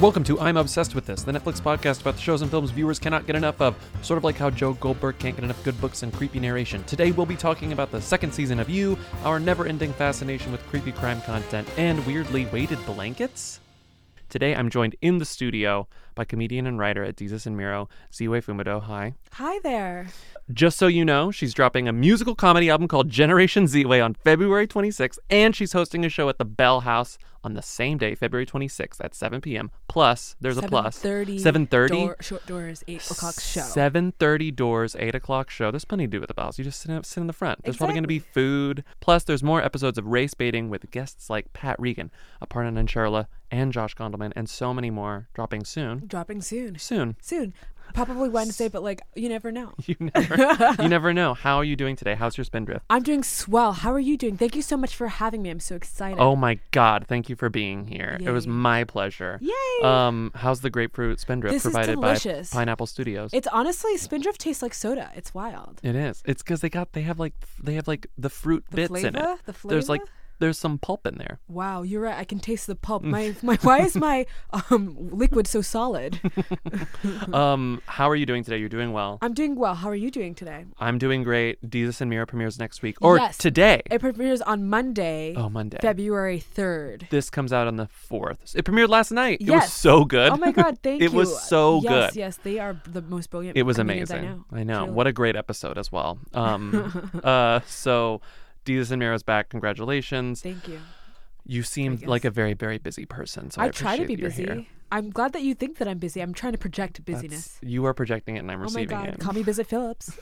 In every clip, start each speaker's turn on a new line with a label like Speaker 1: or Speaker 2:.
Speaker 1: Welcome to I'm Obsessed with This, the Netflix podcast about the shows and films viewers cannot get enough of, sort of like how Joe Goldberg can't get enough good books and creepy narration. Today we'll be talking about the second season of You, our never ending fascination with creepy crime content, and weirdly weighted blankets? Today I'm joined in the studio by comedian and writer at Jesus and Miro, Ziwe Fumido. Hi.
Speaker 2: Hi there.
Speaker 1: Just so you know, she's dropping a musical comedy album called Generation Z Way on February 26th, and she's hosting a show at the Bell House on the same day, February 26th at 7 p.m. Plus, there's a plus.
Speaker 2: 7:30
Speaker 1: 7:30?
Speaker 2: Door, short doors, 8 o'clock show.
Speaker 1: 7:30 doors, 8 o'clock show. There's plenty to do with the Bells. You just sit, in- sit in the front. There's probably going to be
Speaker 2: Exactly.
Speaker 1: food. Plus, there's more episodes of race baiting with guests like Pat Regan, Aparna Nancharla, and Josh Gondelman, and so many more dropping soon.
Speaker 2: Dropping soon.
Speaker 1: Soon.
Speaker 2: Soon. Probably Wednesday, but like, you never know.
Speaker 1: You never, you never know. How are you doing today? How's your spindrift?
Speaker 2: I'm doing swell. How are you doing? Thank you so much for having me. I'm so excited.
Speaker 1: Oh my God! Thank you for being here. It was
Speaker 2: Yay.
Speaker 1: my pleasure.
Speaker 2: Yay.
Speaker 1: Um, how's the grapefruit spindrift
Speaker 2: This is
Speaker 1: provided
Speaker 2: delicious.
Speaker 1: by Pineapple Studios?
Speaker 2: it's honestly, Spindrift tastes like soda. It's wild.
Speaker 1: it is. It's because they got they have like f- they have like the fruit
Speaker 2: The
Speaker 1: bits in
Speaker 2: flavor?
Speaker 1: it.
Speaker 2: The
Speaker 1: There's like
Speaker 2: flavor?
Speaker 1: there's some pulp in there.
Speaker 2: Wow, you're right. I can taste the pulp.
Speaker 1: Mm.
Speaker 2: My, my Why is my um, liquid so solid?
Speaker 1: um, how are you doing today? You're doing well.
Speaker 2: I'm doing well. How are you doing today?
Speaker 1: I'm doing great. Jesus and Mira premieres next week or
Speaker 2: Yes.
Speaker 1: today.
Speaker 2: It premieres on Monday,
Speaker 1: oh, Monday.
Speaker 2: February 3rd.
Speaker 1: this comes out on the fourth. It premiered last night. It was
Speaker 2: Yes.
Speaker 1: so good.
Speaker 2: Oh my God, thank
Speaker 1: It
Speaker 2: you.
Speaker 1: was so
Speaker 2: yes,
Speaker 1: good.
Speaker 2: Yes, they are the most brilliant.
Speaker 1: It was
Speaker 2: comedians
Speaker 1: amazing.
Speaker 2: I know. Truly.
Speaker 1: What a great episode as well. Um, uh, so, Jesus and Mira's back. Congratulations.
Speaker 2: Thank you.
Speaker 1: You seem like a very, very busy person. So I,
Speaker 2: I try to be
Speaker 1: appreciate that
Speaker 2: busy.
Speaker 1: you're
Speaker 2: I'm glad that you think that I'm busy. I'm trying to project
Speaker 1: Here.
Speaker 2: busyness.
Speaker 1: You are projecting it, and I'm
Speaker 2: oh my
Speaker 1: receiving
Speaker 2: god,
Speaker 1: it.
Speaker 2: call me Visit Phillips.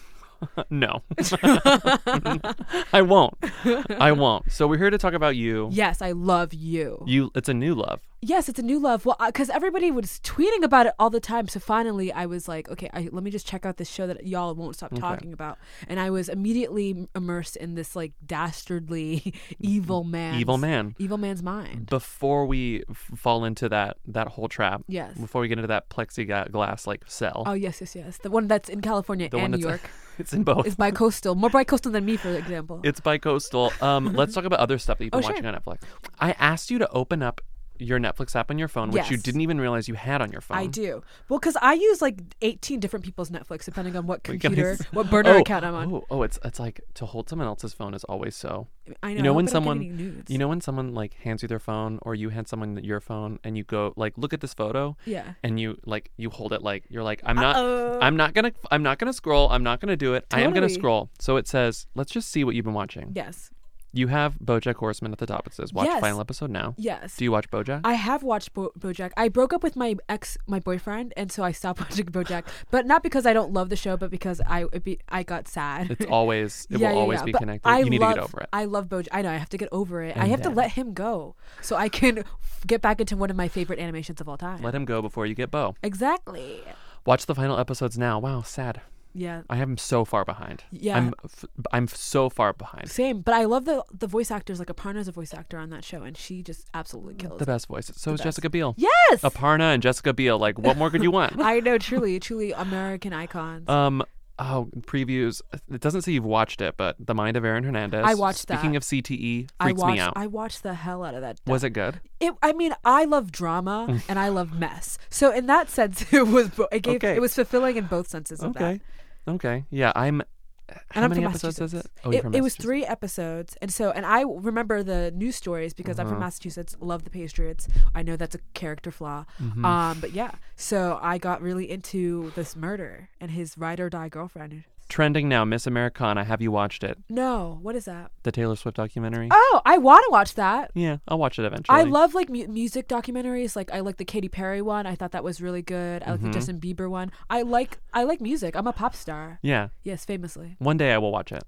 Speaker 1: no, I won't. I won't. So we're here to talk about you.
Speaker 2: yes, I love you.
Speaker 1: You. It's a new love.
Speaker 2: Yes, it's a new love. Well, because everybody was tweeting about it all the time, so finally I was like, okay, I, let me just check out this show that y'all won't stop talking about. And I was immediately immersed in this like dastardly evil man.
Speaker 1: Mm-hmm. Evil man.
Speaker 2: Evil man's mind.
Speaker 1: Before we f- fall into that that whole trap.
Speaker 2: Yes.
Speaker 1: Before we get into that plexiglass like cell.
Speaker 2: Oh yes, yes, yes. The one that's in California
Speaker 1: the
Speaker 2: and
Speaker 1: one
Speaker 2: New
Speaker 1: that's
Speaker 2: York.
Speaker 1: it's in both.
Speaker 2: is bi-coastal, more bi-coastal than me, for example.
Speaker 1: It's by Coastal. Um, let's talk about other stuff that you've been
Speaker 2: Oh, sure.
Speaker 1: watching on Netflix. I asked you to open up your Netflix app on your phone, which you
Speaker 2: Yes.
Speaker 1: didn't even realize you had on your phone.
Speaker 2: I do well because I use like 18 different people's Netflix depending on what
Speaker 1: Can I
Speaker 2: computer,
Speaker 1: s-
Speaker 2: what burner
Speaker 1: Oh,
Speaker 2: account I'm on.
Speaker 1: Oh, oh, it's it's like to hold someone else's phone is always so.
Speaker 2: I know.
Speaker 1: You know when
Speaker 2: I hope I don't get
Speaker 1: someone,
Speaker 2: any nudes.
Speaker 1: you know when someone like hands you their phone, or you hand someone your phone, and you go like, look at this photo,
Speaker 2: yeah.
Speaker 1: and you like you hold it like you're like, I'm not,
Speaker 2: Uh-oh.
Speaker 1: I'm not gonna, I'm not gonna scroll, I'm not gonna do it, I am gonna
Speaker 2: Totally.
Speaker 1: scroll. So it says, let's just see what you've been watching.
Speaker 2: Yes.
Speaker 1: You have BoJack Horseman at the top. It says, watch
Speaker 2: Yes.
Speaker 1: final episode now.
Speaker 2: Yes.
Speaker 1: Do you watch BoJack?
Speaker 2: I have watched Bo- BoJack. I broke up with my ex, my boyfriend, and so I stopped watching BoJack. But not because I don't love the show, but because I it be, I got sad.
Speaker 1: It's always it
Speaker 2: yeah,
Speaker 1: will
Speaker 2: yeah,
Speaker 1: always
Speaker 2: yeah.
Speaker 1: be
Speaker 2: but
Speaker 1: connected.
Speaker 2: I
Speaker 1: you need
Speaker 2: love,
Speaker 1: to get over it.
Speaker 2: I love BoJack. I know. I have to get over it. I
Speaker 1: And
Speaker 2: have
Speaker 1: then-
Speaker 2: to let him go so I can f- get back into one of my favorite animations of all time.
Speaker 1: Let him go before you get Bo.
Speaker 2: exactly.
Speaker 1: Watch the final episodes now. Wow, sad.
Speaker 2: Yeah.
Speaker 1: I am so far behind.
Speaker 2: Yeah.
Speaker 1: I'm f- I'm so far behind.
Speaker 2: Same, but I love the the voice actors. Like Aparna's a voice actor on that show, and she just absolutely kills.
Speaker 1: The
Speaker 2: it.
Speaker 1: best voice. So is
Speaker 2: best.
Speaker 1: Jessica Biel.
Speaker 2: Yes,
Speaker 1: Aparna and Jessica Biel. Like, what more could you want?
Speaker 2: I know. Truly, truly American icons.
Speaker 1: um. Oh, previews. It doesn't say you've watched it, but The Mind of Aaron Hernandez.
Speaker 2: I watched
Speaker 1: Speaking
Speaker 2: that.
Speaker 1: of CTE,
Speaker 2: I
Speaker 1: freaks
Speaker 2: watched.
Speaker 1: me out.
Speaker 2: I watched the hell out of that.
Speaker 1: Was it good?
Speaker 2: It, I mean, I love drama and I love mess. So in that sense, it was. bo- It gave.
Speaker 1: Okay.
Speaker 2: It was fulfilling in both senses of that.
Speaker 1: Okay. Okay. Yeah, I'm. How
Speaker 2: And I'm
Speaker 1: many
Speaker 2: from
Speaker 1: episodes is it?
Speaker 2: Massachusetts.
Speaker 1: Oh, you're
Speaker 2: it,
Speaker 1: from
Speaker 2: it was
Speaker 1: Massachusetts.
Speaker 2: three episodes, and so and I remember the news stories because I'm from
Speaker 1: Uh-huh.
Speaker 2: Massachusetts. Love the Patriots. I know that's a character flaw,
Speaker 1: Hmm. Mm-hmm.
Speaker 2: um, but yeah. So I got really into this murder and his ride or die girlfriend.
Speaker 1: Trending now, Miss Americana. Have you watched it?
Speaker 2: No, what is that?
Speaker 1: The Taylor Swift documentary.
Speaker 2: Oh, I want to watch that.
Speaker 1: yeah, I'll watch it eventually.
Speaker 2: I love like mu- music documentaries. Like I like the Katy Perry one. I thought that was really good. I like
Speaker 1: Mm-hmm.
Speaker 2: the Justin Bieber one. I like I like music. I'm a pop star.
Speaker 1: Yeah.
Speaker 2: Yes, famously.
Speaker 1: One day I will watch it.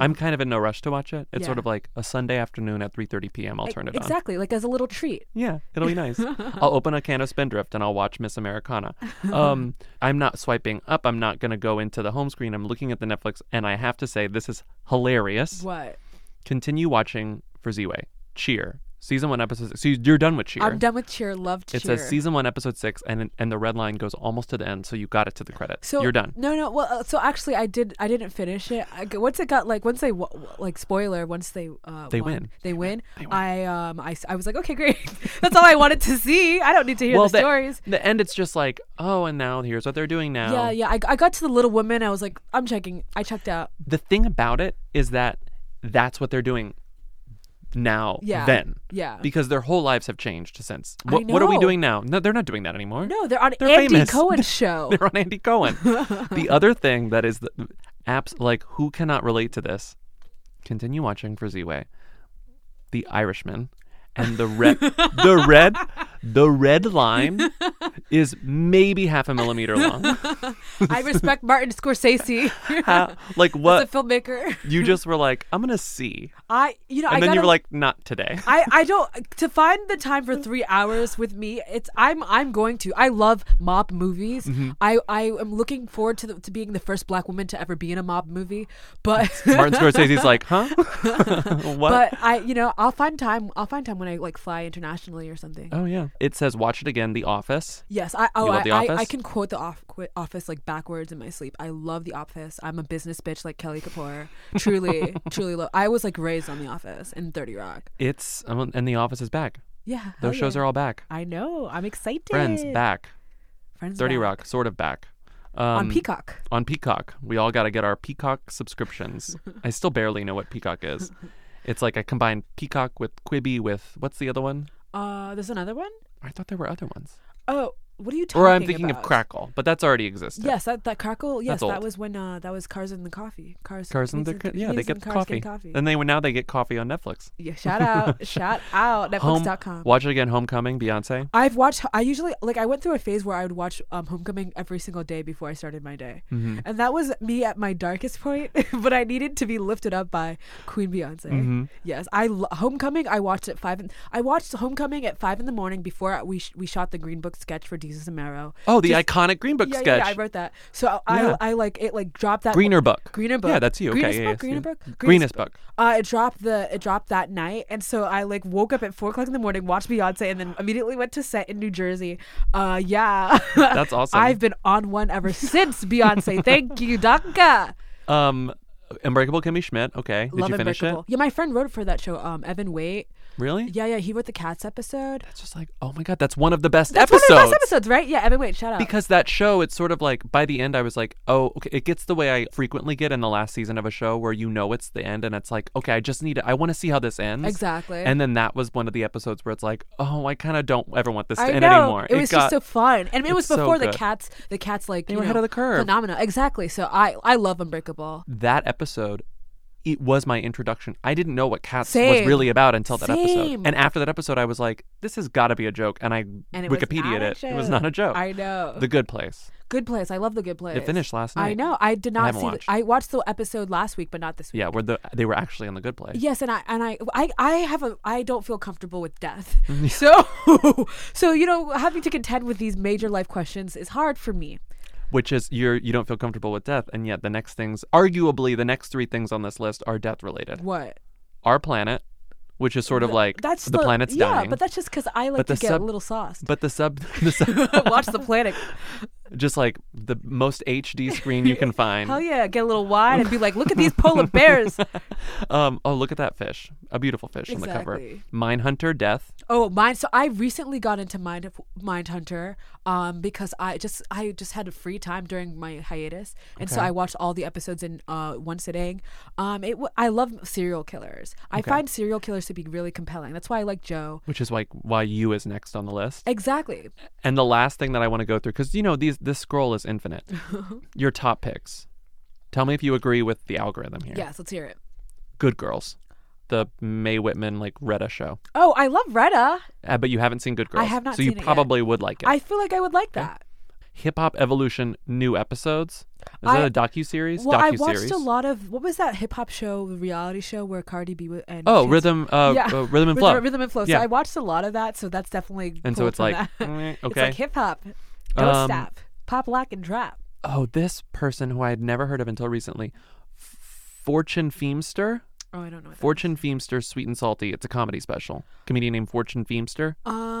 Speaker 1: I'm kind of in no rush to watch it. It's sort
Speaker 2: Yeah.
Speaker 1: of like a Sunday afternoon at 3:30 p.m. I'll turn it on.
Speaker 2: E, exactly. Like as a little treat.
Speaker 1: Yeah, it'll be nice. I'll open a can of Spindrift and I'll watch Miss Americana. Um, I'm not swiping up. I'm not going to go into the home screen. I'm looking at the Netflix and I have to say this is hilarious.
Speaker 2: What?
Speaker 1: Continue watching for Z-Way. Cheer. Season one, episode. So you're done with Cheer.
Speaker 2: I'm done with cheer. Love cheer.
Speaker 1: It says season one, episode six, and and the red line goes almost to the end, so you got it to the credits.
Speaker 2: So
Speaker 1: you're done.
Speaker 2: No, no. Well, uh, so actually, I did. I didn't finish it. I, g- once it got like once they wa- wa- like spoiler. Once they uh,
Speaker 1: They
Speaker 2: won-
Speaker 1: win.
Speaker 2: They win. I um I, s- I was like okay great. That's all I wanted to see. I don't need to hear the
Speaker 1: the,
Speaker 2: stories.
Speaker 1: the end, it's just like, oh, and now here's what they're doing now.
Speaker 2: Yeah, yeah. I, I got to the little woman. I was like I'm checking. I checked out.
Speaker 1: The thing about it is that that's what they're doing now.
Speaker 2: Yeah.
Speaker 1: Then.
Speaker 2: Yeah.
Speaker 1: Because their whole lives have changed since.
Speaker 2: I
Speaker 1: What, what are we
Speaker 2: know.
Speaker 1: doing now? No, they're not doing that anymore.
Speaker 2: no, they're on
Speaker 1: They're
Speaker 2: Andy
Speaker 1: famous.
Speaker 2: Cohen's show.
Speaker 1: They're on Andy Cohen. the other thing that is the apps like who cannot relate to this? Continue watching for Z-Way. The Irishman and the red the red the red line is maybe half a millimeter long.
Speaker 2: I respect Martin Scorsese.
Speaker 1: How- like
Speaker 2: As a
Speaker 1: what
Speaker 2: filmmaker,
Speaker 1: you just were like, I'm gonna see.
Speaker 2: I you know
Speaker 1: And
Speaker 2: I
Speaker 1: then
Speaker 2: got
Speaker 1: you were like, not today.
Speaker 2: I, I don't to find the time for three hours with me. It's I'm I'm going to. I love mob movies.
Speaker 1: Mm-hmm.
Speaker 2: I I am looking forward to the, to being the first black woman to ever be in a mob movie. But
Speaker 1: Martin Scorsese's like, huh? what?
Speaker 2: but I you know I'll find time. I'll find time when I like fly internationally or something.
Speaker 1: oh yeah. It says watch it again, The Office.
Speaker 2: Yes, I oh
Speaker 1: You love
Speaker 2: I,
Speaker 1: The
Speaker 2: I, I
Speaker 1: Office?
Speaker 2: can quote the off, qu- office like backwards in my sleep. I love the office. I'm a business bitch like Kelly Kapoor. Truly, truly love. I was like raised on the office and Thirty Rock.
Speaker 1: It's oh, and The Office is back.
Speaker 2: Oh, Yeah,
Speaker 1: Those shows are all back.
Speaker 2: I know. I'm excited.
Speaker 1: Friends back.
Speaker 2: Friends
Speaker 1: Dirty
Speaker 2: back.
Speaker 1: Rock, sort of back. Um,
Speaker 2: on Peacock.
Speaker 1: On Peacock, we all got to get our Peacock subscriptions. I still barely know what Peacock is. It's like I combined Peacock with Quibi with what's the other one?
Speaker 2: Uh, there's another one.
Speaker 1: I thought there were other ones.
Speaker 2: Oh, what are you talking
Speaker 1: Or
Speaker 2: about?
Speaker 1: I'm thinking of Crackle, but that's already existed.
Speaker 2: Yes, that that crackle. Yes, that
Speaker 1: old.
Speaker 2: was when uh, that was Cars and the Coffee. Cars.
Speaker 1: Cars and
Speaker 2: Pizza
Speaker 1: the
Speaker 2: Co-
Speaker 1: yeah, they
Speaker 2: Pizza
Speaker 1: get
Speaker 2: and
Speaker 1: the
Speaker 2: Cars
Speaker 1: coffee.
Speaker 2: get coffee.
Speaker 1: And they well, now they get coffee on Netflix.
Speaker 2: yeah, shout out, shout out,
Speaker 1: Home,
Speaker 2: Netflix.com.
Speaker 1: watch it again. Homecoming, Beyonce.
Speaker 2: I've watched. I usually like. I went through a phase where I would watch um, Homecoming every single day before I started my day,
Speaker 1: Mm-hmm.
Speaker 2: and that was me at my darkest point. but I needed to be lifted up by Queen Beyonce.
Speaker 1: Mm-hmm.
Speaker 2: Yes, I lo- Homecoming. I watched at five. In, I watched Homecoming at five in the morning before we sh- we shot the Green Book sketch for Jesus and Marrow.
Speaker 1: Oh, the
Speaker 2: Just-
Speaker 1: iconic Green Book
Speaker 2: yeah, yeah,
Speaker 1: sketch.
Speaker 2: Yeah, I wrote that. So I,
Speaker 1: Yeah.
Speaker 2: I, I like it. Like dropped that
Speaker 1: Greener Book.
Speaker 2: Greener book.
Speaker 1: Yeah, that's you.
Speaker 2: Greenest
Speaker 1: okay, yeah,
Speaker 2: book.
Speaker 1: yeah,
Speaker 2: Greener
Speaker 1: yeah.
Speaker 2: book. Greenest,
Speaker 1: Greenest book.
Speaker 2: Uh, it dropped the it dropped that night, and so I like woke up at four o'clock in the morning, watched Beyonce, and then immediately went to set in New Jersey. Uh, yeah,
Speaker 1: That's awesome.
Speaker 2: I've been on one ever since Beyonce. Thank you, Danka.
Speaker 1: Um, Unbreakable Kimmy Schmidt. Okay, did
Speaker 2: Love
Speaker 1: you finish
Speaker 2: Unbreakable. Yeah, my friend wrote for that show. Um, Evan Waite.
Speaker 1: it? Really?
Speaker 2: Yeah, yeah, he wrote the Cats episode.
Speaker 1: It's just like, oh my god, that's one of the best
Speaker 2: That's
Speaker 1: episodes.
Speaker 2: one of the best episodes, right? Yeah, Evan Waite. Shout out.
Speaker 1: because that show it's sort of like by the end i was like oh okay it gets the way i frequently get in the last season of a show where you know it's the end and it's like okay i just need to i want to see how this ends
Speaker 2: Exactly.
Speaker 1: and then that was one of the episodes where it's like oh i kind of don't ever want this to
Speaker 2: I
Speaker 1: end
Speaker 2: know.
Speaker 1: anymore
Speaker 2: It was
Speaker 1: got,
Speaker 2: just so fun, and it was
Speaker 1: it's so
Speaker 2: before the
Speaker 1: good.
Speaker 2: cats. The cats like
Speaker 1: They
Speaker 2: you
Speaker 1: were
Speaker 2: know,
Speaker 1: ahead of the curve.
Speaker 2: Phenomena, exactly. So I I love Unbreakable.
Speaker 1: that episode it was my introduction i didn't know what cats was
Speaker 2: Same.
Speaker 1: really about until that
Speaker 2: Same.
Speaker 1: episode and after that episode i was like this has got to be a joke and i
Speaker 2: And it was
Speaker 1: wikipedia
Speaker 2: not a
Speaker 1: it it was
Speaker 2: joke.
Speaker 1: not a joke
Speaker 2: I know
Speaker 1: the good place
Speaker 2: Good Place. I love the Good Place.
Speaker 1: it finished last night
Speaker 2: I know. I did not
Speaker 1: haven't
Speaker 2: see. the-
Speaker 1: watched.
Speaker 2: I watched the episode last week, but not this week.
Speaker 1: yeah where the they were actually on the good place
Speaker 2: Yes, and I and I I, I have a I don't feel comfortable with death. so so you know having to contend with these major life questions is hard for me.
Speaker 1: which is you're you don't feel comfortable with death and yet the next things arguably the next three things on this list are death related
Speaker 2: What?
Speaker 1: our planet which is sort of like
Speaker 2: That's
Speaker 1: the, planet's
Speaker 2: yeah,
Speaker 1: dying
Speaker 2: but that's just because I like
Speaker 1: But
Speaker 2: to
Speaker 1: the
Speaker 2: get
Speaker 1: sub-
Speaker 2: a little sauced.
Speaker 1: but the sub, the sub
Speaker 2: Watch the planet.
Speaker 1: just like the most hd screen you can find
Speaker 2: Hell yeah, get a little wine and be like, look at these polar bears.
Speaker 1: um oh look at that fish a beautiful fish on the cover
Speaker 2: Exactly.
Speaker 1: mindhunter death
Speaker 2: Oh, mine. So I recently got into Mind Mindhunter, um, because I just I just had a free time during my hiatus, and so
Speaker 1: Okay.
Speaker 2: I watched all the episodes in uh, one sitting. Um, it w- I love serial killers. I find serial killers to be really compelling. That's why I like Joe.
Speaker 1: which is like why you is next on the list
Speaker 2: Exactly.
Speaker 1: and the last thing that i want to go through because you know these this scroll is infinite your top picks tell me if you agree with the algorithm here
Speaker 2: Yes. Let's hear it.
Speaker 1: good girls the may whitman like retta show
Speaker 2: Oh, I love Retta.
Speaker 1: Uh, but you haven't seen Good Girls.
Speaker 2: have not
Speaker 1: So
Speaker 2: seen it
Speaker 1: you
Speaker 2: yet.
Speaker 1: probably would like it.
Speaker 2: I feel like I would like that.
Speaker 1: Hip Hop Evolution new episodes. Is
Speaker 2: I-
Speaker 1: that a docu series?
Speaker 2: Well, I
Speaker 1: docu
Speaker 2: watched
Speaker 1: series.
Speaker 2: a lot of what was that hip hop show, reality show where Cardi B wa- and
Speaker 1: Oh,
Speaker 2: Chance-
Speaker 1: rhythm, uh, uh, rhythm and flow.
Speaker 2: Rhythm, Rhythm and flow.
Speaker 1: Yeah.
Speaker 2: So I watched a lot of that. So that's definitely.
Speaker 1: And so
Speaker 2: pulled
Speaker 1: it's
Speaker 2: from
Speaker 1: like,
Speaker 2: that.
Speaker 1: meh,
Speaker 2: It's
Speaker 1: okay.
Speaker 2: like hip hop. Don't
Speaker 1: Um,
Speaker 2: stop. Pop, lock, and drop.
Speaker 1: oh, this person who I had never heard of until recently, F- Fortune Feemster.
Speaker 2: Oh, I don't know. What that-
Speaker 1: Fortune Feemster, Sweet and Salty. It's a comedy special. Comedian named Fortune Feemster.
Speaker 2: uh,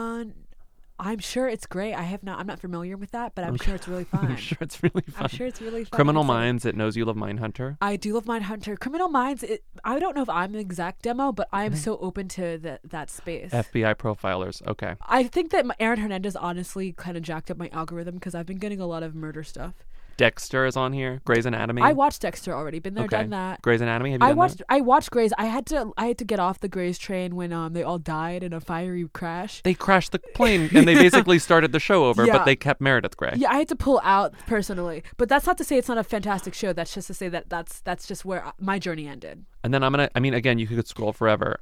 Speaker 2: I'm sure it's great. I have not. I'm not familiar with that, but I'm sure it's really fun.
Speaker 1: I'm sure it's really fun.
Speaker 2: I'm sure it's really fun.
Speaker 1: Criminal
Speaker 2: It's like-
Speaker 1: Minds. It knows you love Mindhunter.
Speaker 2: I do love Mindhunter. Criminal Minds. It, I don't know if I'm an exact demo, but I'm
Speaker 1: Mm-hmm.
Speaker 2: so open to that that space.
Speaker 1: FBI Profilers. Okay.
Speaker 2: I think that my- Aaron Hernandez honestly kind of jacked up my algorithm because I've been getting a lot of murder stuff.
Speaker 1: Dexter is on here. Grey's Anatomy.
Speaker 2: I watched Dexter already. Been there,
Speaker 1: okay.
Speaker 2: done that.
Speaker 1: Grey's Anatomy. Have you
Speaker 2: I
Speaker 1: done
Speaker 2: watched.
Speaker 1: That?
Speaker 2: I watched Grey's. I had to. I had to get off the Grey's train when um they all died in a fiery crash.
Speaker 1: They crashed the plane and they basically started the show over,
Speaker 2: Yeah.
Speaker 1: but they kept Meredith Grey.
Speaker 2: Yeah, I had to pull out personally, but that's not to say it's not a fantastic show. That's just to say that that's that's just where I- my journey ended.
Speaker 1: And then I'm gonna. I mean, again, you could scroll forever.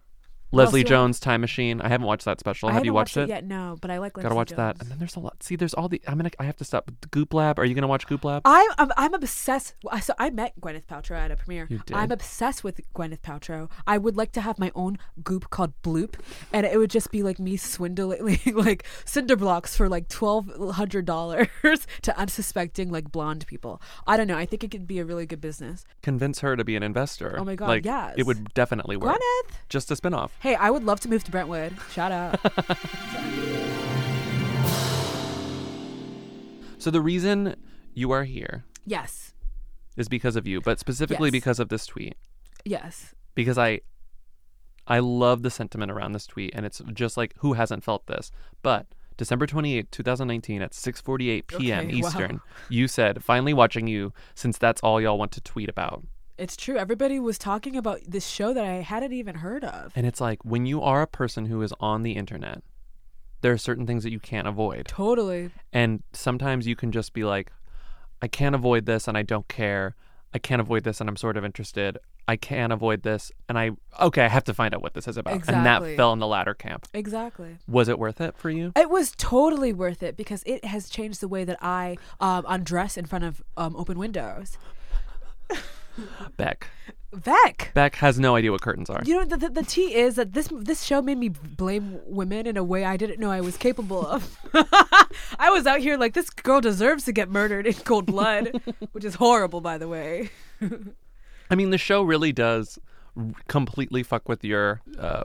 Speaker 1: Leslie
Speaker 2: Jones.
Speaker 1: Jones, Time Machine. I haven't watched that special.
Speaker 2: I
Speaker 1: Oh, Have
Speaker 2: haven't
Speaker 1: you watched, it?
Speaker 2: yet? No, but I like.
Speaker 1: Gotta
Speaker 2: Lindsay
Speaker 1: watch that.
Speaker 2: Jones.
Speaker 1: And then there's a lot. See, there's all the. I'm gonna. I have to stop. Goop Lab. Are you gonna watch Goop Lab?
Speaker 2: I, I'm I'm obsessed. well, I- So I met Gwyneth Paltrow at a premiere.
Speaker 1: You did?
Speaker 2: I'm obsessed with Gwyneth Paltrow. I would like to have my own goop called Bloop, and it would just be like me swindling like cinder blocks for like twelve hundred dollars to unsuspecting like blonde people. I don't know. I think it could be a really good business.
Speaker 1: Convince her to be an investor.
Speaker 2: Oh my God,
Speaker 1: Like,
Speaker 2: yes.
Speaker 1: It would definitely work.
Speaker 2: Gwyneth.
Speaker 1: Just a spinoff.
Speaker 2: Hey, I would love to move to Brentwood. Shout out.
Speaker 1: So the reason you are here
Speaker 2: yes.
Speaker 1: is because of you, but specifically
Speaker 2: Yes.
Speaker 1: because of this tweet.
Speaker 2: Yes.
Speaker 1: Because I, I love the sentiment around this tweet, and it's just like who hasn't felt this? But December twenty eighth, 2019, at 6:48 p.m.
Speaker 2: Okay, wow.
Speaker 1: Eastern, you said, "Finally watching you, since that's all y'all want to tweet about."
Speaker 2: It's true. Everybody was talking about this show that I hadn't even heard of.
Speaker 1: And it's like when you are a person who is on the internet, there are certain things that you can't avoid.
Speaker 2: Totally.
Speaker 1: And sometimes you can just be like, I can't avoid this and I don't care. I can't avoid this and I'm sort of interested. I can't avoid this and I, okay, I have to find out what this is about. And that
Speaker 2: Exactly.
Speaker 1: fell in the latter camp.
Speaker 2: Exactly.
Speaker 1: Was it worth it for you?
Speaker 2: It was totally worth it because it has changed the way that I um, undress in front of um, open windows.
Speaker 1: Beck.
Speaker 2: Vec.
Speaker 1: Beck has no idea what curtains are.
Speaker 2: Uh, You know the, the the tea is that this this show made me blame women in a way I didn't know I was capable of. I was out here like this girl deserves to get murdered in cold blood, which is horrible, by the way.
Speaker 1: I mean, the show really does r- completely fuck with your uh,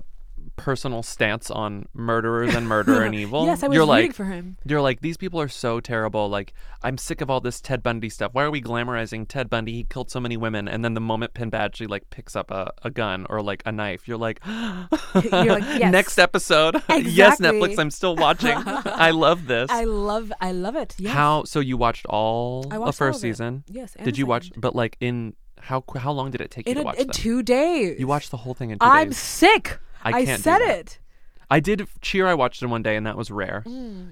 Speaker 1: personal stance on murderers and murder and evil.
Speaker 2: yes, I was
Speaker 1: You're
Speaker 2: rooting
Speaker 1: like,
Speaker 2: for him.
Speaker 1: You're like, these people are so terrible. Like, I'm sick of all this Ted Bundy stuff. Why are we glamorizing Ted Bundy? He killed so many women. And then the moment Penn Badgley, like, picks up a, a gun or, like, a knife, you're like,
Speaker 2: You're like yes.
Speaker 1: next episode. yes,
Speaker 2: Exactly.
Speaker 1: Netflix, I'm still watching. I love this.
Speaker 2: I love I love it. Yes.
Speaker 1: How, so you watched all
Speaker 2: I
Speaker 1: the
Speaker 2: watched all
Speaker 1: first
Speaker 2: of it.
Speaker 1: season?
Speaker 2: Yes. and
Speaker 1: Did
Speaker 2: the
Speaker 1: you watch,
Speaker 2: second.
Speaker 1: but, like, in, how qu- how long did it take you
Speaker 2: in,
Speaker 1: to
Speaker 2: a,
Speaker 1: watch
Speaker 2: in
Speaker 1: them?
Speaker 2: two days?
Speaker 1: you watched the whole thing in two
Speaker 2: I'm
Speaker 1: days.
Speaker 2: sick.
Speaker 1: I can't do
Speaker 2: said
Speaker 1: that.
Speaker 2: it.
Speaker 1: I did Cheer, I watched in one day, and that was rare.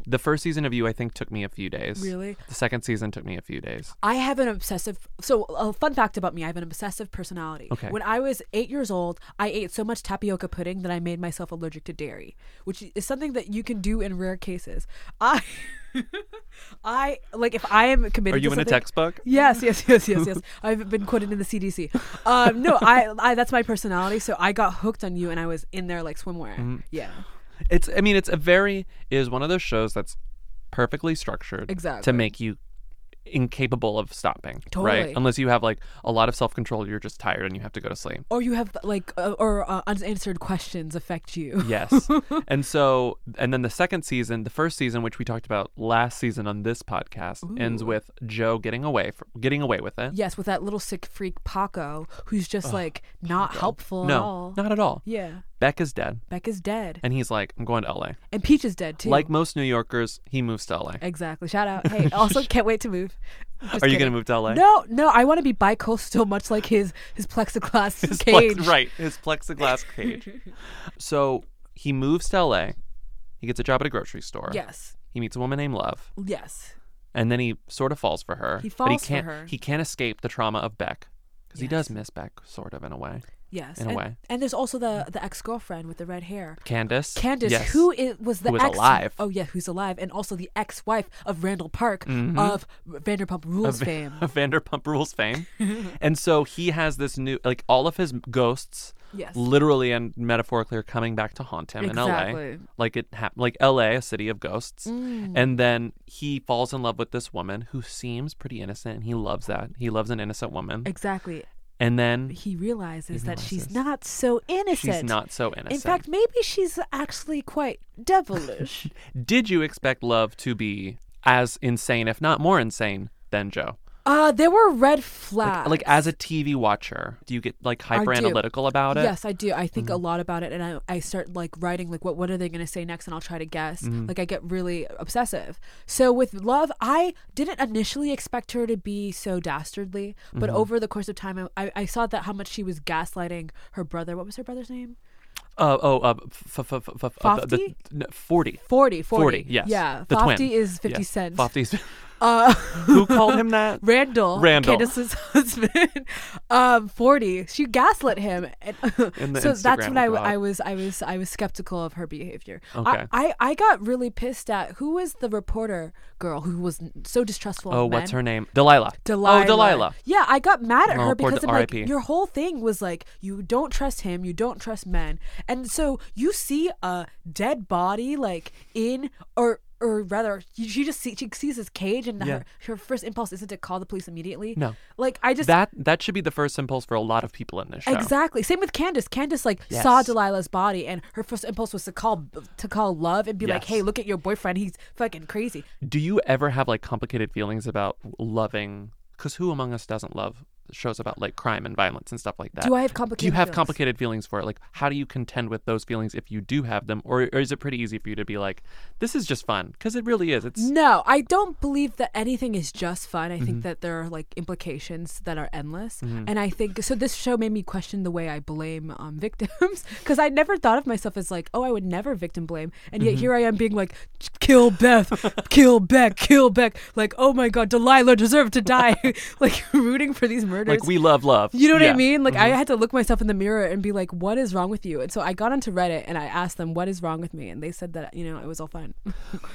Speaker 1: The first season of You, I think, took me a few days.
Speaker 2: Mm. Really?
Speaker 1: The second season took me a few days.
Speaker 2: I have an obsessive. So, a fun fact about me: I have an obsessive personality.
Speaker 1: Okay.
Speaker 2: When I was eight years old, I ate so much tapioca pudding that I made myself allergic to dairy, which is something that you can do in rare cases. I, I like if I am committed.
Speaker 1: Are you
Speaker 2: to
Speaker 1: in a
Speaker 2: something-
Speaker 1: textbook?
Speaker 2: Yes, yes, yes, yes, yes. I've been quoted in the CDC. Um, no, I, I, that's my personality. So I got hooked on you, and I was in there like swimwear.
Speaker 1: Mm-hmm.
Speaker 2: Yeah,
Speaker 1: It's I mean it's a very it is one of those shows that's perfectly structured to
Speaker 2: Exactly.
Speaker 1: make you incapable of stopping. Right?
Speaker 2: Totally.
Speaker 1: Unless you have like a lot of self control, you're just tired and you have to go to sleep.
Speaker 2: or you have like, uh, or uh, unanswered questions affect you.
Speaker 1: Yes. and so and then the second season, the first season which we talked about last season on this podcast ends with Joe getting away from, getting away with it.
Speaker 2: Yes, with that little sick freak Paco, who's just like not helpful at
Speaker 1: No,
Speaker 2: all.
Speaker 1: not at all.
Speaker 2: Yeah,
Speaker 1: Beck is dead
Speaker 2: Beck is dead, and,
Speaker 1: and he's like I'm going to LA.
Speaker 2: Peach is dead too.
Speaker 1: Like most New Yorkers, he moves to LA.
Speaker 2: exactly. Shout out. Hey, also can't wait to move. Just
Speaker 1: Are you
Speaker 2: kidding.
Speaker 1: going to move to LA?
Speaker 2: No, no. I want to be bi-coastal, much like his his plexiglass
Speaker 1: His plex-
Speaker 2: cage.
Speaker 1: right, his plexiglass cage. So he moves to LA. He gets a job at a grocery store.
Speaker 2: Yes,
Speaker 1: He meets a woman named Love,
Speaker 2: yes.
Speaker 1: and then he sort of falls for her.
Speaker 2: He
Speaker 1: but he
Speaker 2: falls for
Speaker 1: can't,
Speaker 2: her.
Speaker 1: He can't escape the trauma of Beck because he
Speaker 2: Yes.
Speaker 1: does miss Beck, sort of in a way.
Speaker 2: Yes,
Speaker 1: In a
Speaker 2: and,
Speaker 1: way.
Speaker 2: and there's also the the ex girlfriend with the red hair,
Speaker 1: Candace.
Speaker 2: Candace,
Speaker 1: yes.
Speaker 2: who is, was the
Speaker 1: Who is
Speaker 2: ex-
Speaker 1: alive.
Speaker 2: Oh yeah, who's alive, and also the ex wife of Randall Park of Vanderpump Rules
Speaker 1: Mm-hmm. Van-
Speaker 2: fame.
Speaker 1: Vanderpump Rules fame. and so he has this new, like all of his ghosts,
Speaker 2: Yes.
Speaker 1: literally and metaphorically, are coming back to haunt him in
Speaker 2: Exactly. Mm.
Speaker 1: LA. Like it hap- like LA, a city of ghosts. And then he falls in love with this woman who seems pretty innocent and he loves that. He loves an innocent woman.
Speaker 2: Exactly.
Speaker 1: And then
Speaker 2: he realizes that she's
Speaker 1: realizes.
Speaker 2: not so innocent.
Speaker 1: she's not so innocent.
Speaker 2: In fact, maybe she's actually quite devilish.
Speaker 1: did you expect love to be as insane, if not more insane, than Joe?
Speaker 2: uh, there were red
Speaker 1: Like,
Speaker 2: flags.
Speaker 1: like as a TV watcher, do you get like hyper analytical about it? Mm-hmm.
Speaker 2: Yes, I do. I think a lot about it, and I, I start like writing like what what are they going to say next, and I'll try to guess.
Speaker 1: Mm-hmm.
Speaker 2: Like I get really obsessive. So with love, I didn't initially expect her to be so dastardly, but
Speaker 1: Mm-hmm.
Speaker 2: over the course of time, I, I, I saw that how much she was gaslighting her brother. What was her brother's name?
Speaker 1: Uh, oh, uh, f- f- f- f- uh, the-
Speaker 2: Fofty?
Speaker 1: no, forty.
Speaker 2: 40, 40.
Speaker 1: 40, yes.
Speaker 2: Yeah.
Speaker 1: The twin.
Speaker 2: Fofty is 50
Speaker 1: Yes.
Speaker 2: cents.
Speaker 1: Fofty's.
Speaker 2: Uh,
Speaker 1: Who called him that?
Speaker 2: Randall,
Speaker 1: Randall.
Speaker 2: Candace's husband, um, forty. She gaslit him, and,
Speaker 1: In the
Speaker 2: so that's
Speaker 1: Instagram
Speaker 2: when I, w-
Speaker 1: about-
Speaker 2: I was I was I was skeptical of her behavior.
Speaker 1: Okay.
Speaker 2: I, I I got really pissed at who was the reporter girl who was n- so distrustful.
Speaker 1: Oh,
Speaker 2: of men.
Speaker 1: what's her name? Delilah.
Speaker 2: Delilah.
Speaker 1: Oh, Delilah.
Speaker 2: Yeah, I got mad at
Speaker 1: Oh,
Speaker 2: her
Speaker 1: poor
Speaker 2: because
Speaker 1: D-
Speaker 2: I'm like,
Speaker 1: RIP.
Speaker 2: your whole thing was like, you don't trust him, you don't trust men, and so you see a dead body like in or. Or rather, you- she just see, she sees his cage, and
Speaker 1: Yeah.
Speaker 2: her, her first impulse isn't to call the police immediately.
Speaker 1: No.
Speaker 2: like I just
Speaker 1: That that should be the first impulse for a lot of people in this show.
Speaker 2: Exactly. Same with Candace. Candace like
Speaker 1: Yes.
Speaker 2: saw Delilah's body, and her first impulse was to call to call Love and be like,
Speaker 1: Yes.
Speaker 2: "Hey, look at your boyfriend. He's fucking crazy."
Speaker 1: Do you ever have like complicated feelings about loving? Because who among us doesn't love shows about like crime and violence and stuff like that?
Speaker 2: Do I have
Speaker 1: Uh, Do you
Speaker 2: complicated
Speaker 1: have
Speaker 2: feelings?
Speaker 1: complicated feelings for it? Like, how do you contend with those feelings if you do have them, or, or is it pretty easy for you to be like, "This is just fun"? Because it really is. It's
Speaker 2: No, I don't believe that anything is just fun. I
Speaker 1: Mm-hmm.
Speaker 2: think that there are like implications that are endless, and I think so. This show made me question the way I blame um, victims because I never thought of myself as like, oh, I would never victim blame, and
Speaker 1: Mm-hmm.
Speaker 2: yet here I am being like, kill Beth, kill Beck, kill Beck, like, oh my God, Delilah deserved to die, like rooting for these murders.
Speaker 1: like we love love.
Speaker 2: You know what
Speaker 1: Yeah. Mm-hmm.
Speaker 2: I mean? Like I had to look myself in the mirror and be like, "What is wrong with you?" And so I got onto Reddit and I asked them, "What is wrong with me?" And they said that you know it was all fine.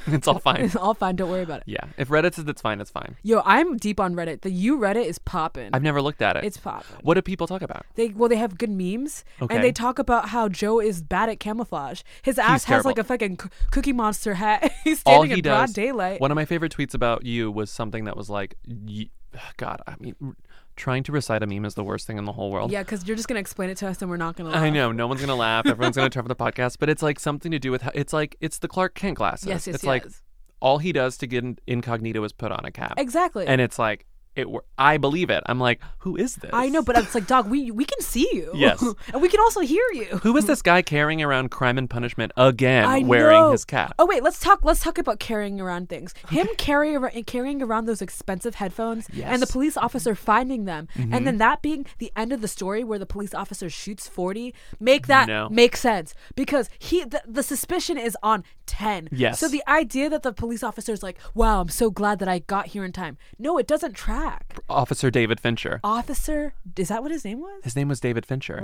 Speaker 1: It's all fine.
Speaker 2: it's all fine. Don't worry about it.
Speaker 1: Yeah. If Reddit says it's fine, it's fine.
Speaker 2: Yo, I'm deep on Reddit. The you Reddit is popping.
Speaker 1: I've never looked at it.
Speaker 2: It's popping.
Speaker 1: What do people talk about?
Speaker 2: They well, they have good memes,
Speaker 1: Okay.
Speaker 2: and they talk about how Joe is bad at camouflage. His ass has
Speaker 1: terrible.
Speaker 2: like a fucking c- Cookie Monster hat. He's
Speaker 1: All
Speaker 2: standing
Speaker 1: he
Speaker 2: in
Speaker 1: does.
Speaker 2: broad daylight.
Speaker 1: One of my favorite tweets about you was something that was like, y- God, I mean, r- trying to recite a meme is the worst thing in the whole world.
Speaker 2: Yeah, because you're just gonna explain it to us, and we're not gonna.
Speaker 1: I
Speaker 2: laugh.
Speaker 1: know no one's gonna laugh. Everyone's gonna turn for the podcast, but it's like something to do with how, it's like it's the Clark Kent glasses.
Speaker 2: Yes, yes,
Speaker 1: it's like
Speaker 2: yes.
Speaker 1: all he does to get in, incognito is put on a cap,
Speaker 2: Exactly.
Speaker 1: and it's like it. wor- I believe it. I'm like, who is this?
Speaker 2: I know, but it's like, dog, we we can see you.
Speaker 1: Yes.
Speaker 2: and we can also hear you.
Speaker 1: who is this guy carrying around Crime and Punishment again,
Speaker 2: I
Speaker 1: wearing
Speaker 2: know.
Speaker 1: his cap?
Speaker 2: Oh wait, let's talk. Let's talk about carrying around things. Him carry ar- carrying around those expensive headphones, and the
Speaker 1: Yes. Mm-hmm.
Speaker 2: police officer finding them, and then that being the end of the story where the police officer shoots forty. Make that
Speaker 1: No.
Speaker 2: make sense because he the, the suspicion is on ten.
Speaker 1: Yes.
Speaker 2: So the idea that the police officer is like, "Wow, I'm so glad that I got here in time." No, it doesn't track.
Speaker 1: Officer David Fincher.
Speaker 2: Officer, is that what his name was?
Speaker 1: His name was David Fincher.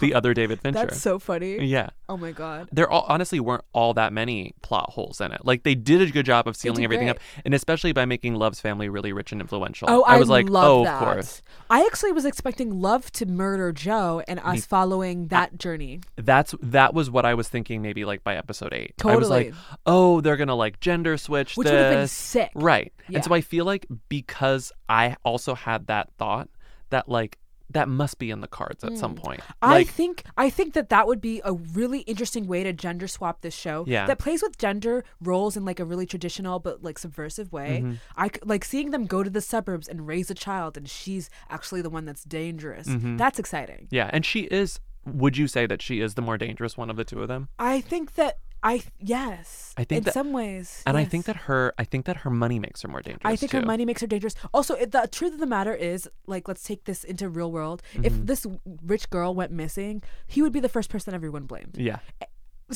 Speaker 1: the other David Fincher.
Speaker 2: That's so funny.
Speaker 1: yeah.
Speaker 2: Oh my god.
Speaker 1: there all, honestly weren't all that many plot holes in it. Like they did a good job of sealing
Speaker 2: did
Speaker 1: everything
Speaker 2: great.
Speaker 1: up, and especially by making Love's family really rich and influential.
Speaker 2: Oh,
Speaker 1: I was like,
Speaker 2: love
Speaker 1: oh,
Speaker 2: that.
Speaker 1: of course.
Speaker 2: I actually was expecting Love to murder Joe and us following that journey.
Speaker 1: That's that was what I was thinking. Maybe like by episode eight, I was like,
Speaker 2: Totally.
Speaker 1: oh, they're gonna like gender switch,
Speaker 2: Which
Speaker 1: this.
Speaker 2: would've been sick.
Speaker 1: right?
Speaker 2: Yeah.
Speaker 1: And so I feel like because I also had that thought that like that must be in the cards at some point.
Speaker 2: Mm. I
Speaker 1: like
Speaker 2: think I think that that would be a really interesting way to gender swap this show.
Speaker 1: Yeah.
Speaker 2: That plays with gender roles in like a really traditional but like subversive way.
Speaker 1: Mm-hmm.
Speaker 2: I c- like seeing them go to the suburbs and raise a child, and she's actually the one that's dangerous.
Speaker 1: Mm-hmm.
Speaker 2: That's exciting.
Speaker 1: yeah, and she is. Would you say that she is the more dangerous one of the two of them?
Speaker 2: I think that I yes.
Speaker 1: I think
Speaker 2: in
Speaker 1: that-
Speaker 2: some ways,
Speaker 1: And I
Speaker 2: yes.
Speaker 1: think that her, I think that her money makes her more dangerous.
Speaker 2: I think her
Speaker 1: too.
Speaker 2: money makes her dangerous. Also, it, the truth of the matter is, like, let's take this into real world. If
Speaker 1: Mm-hmm.
Speaker 2: this w- rich girl went missing, he would be the first person everyone blamed.
Speaker 1: Yeah.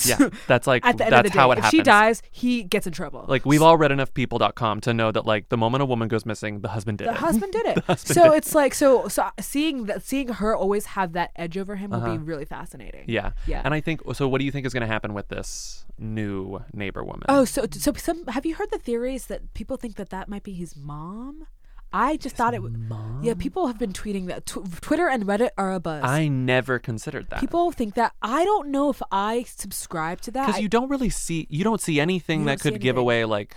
Speaker 1: Yeah. That's like
Speaker 2: At the end
Speaker 1: that's
Speaker 2: of the day,
Speaker 1: how it
Speaker 2: if
Speaker 1: happens.
Speaker 2: she dies, he gets in trouble.
Speaker 1: Like we've all read enough people.com to know that like the moment a woman goes missing, the husband did
Speaker 2: the
Speaker 1: it.
Speaker 2: husband did it.
Speaker 1: husband
Speaker 2: so
Speaker 1: did
Speaker 2: it's like so so seeing that seeing her always have that edge over him will be really fascinating.
Speaker 1: Uh-huh. yeah.
Speaker 2: Yeah.
Speaker 1: And I think so what do you think is gonna happen with this new neighbor woman?
Speaker 2: Oh, so so some have you heard the theories that people think that that might be his mom? I just thought it. would
Speaker 1: Mom?
Speaker 2: Yeah, people have been tweeting that. Tw- Twitter and Reddit are a buzz.
Speaker 1: I never considered that.
Speaker 2: people think that I don't know if I subscribe to that.
Speaker 1: because
Speaker 2: I-
Speaker 1: you don't really see you don't see anything
Speaker 2: You
Speaker 1: that
Speaker 2: don't see
Speaker 1: could give
Speaker 2: anything.
Speaker 1: away like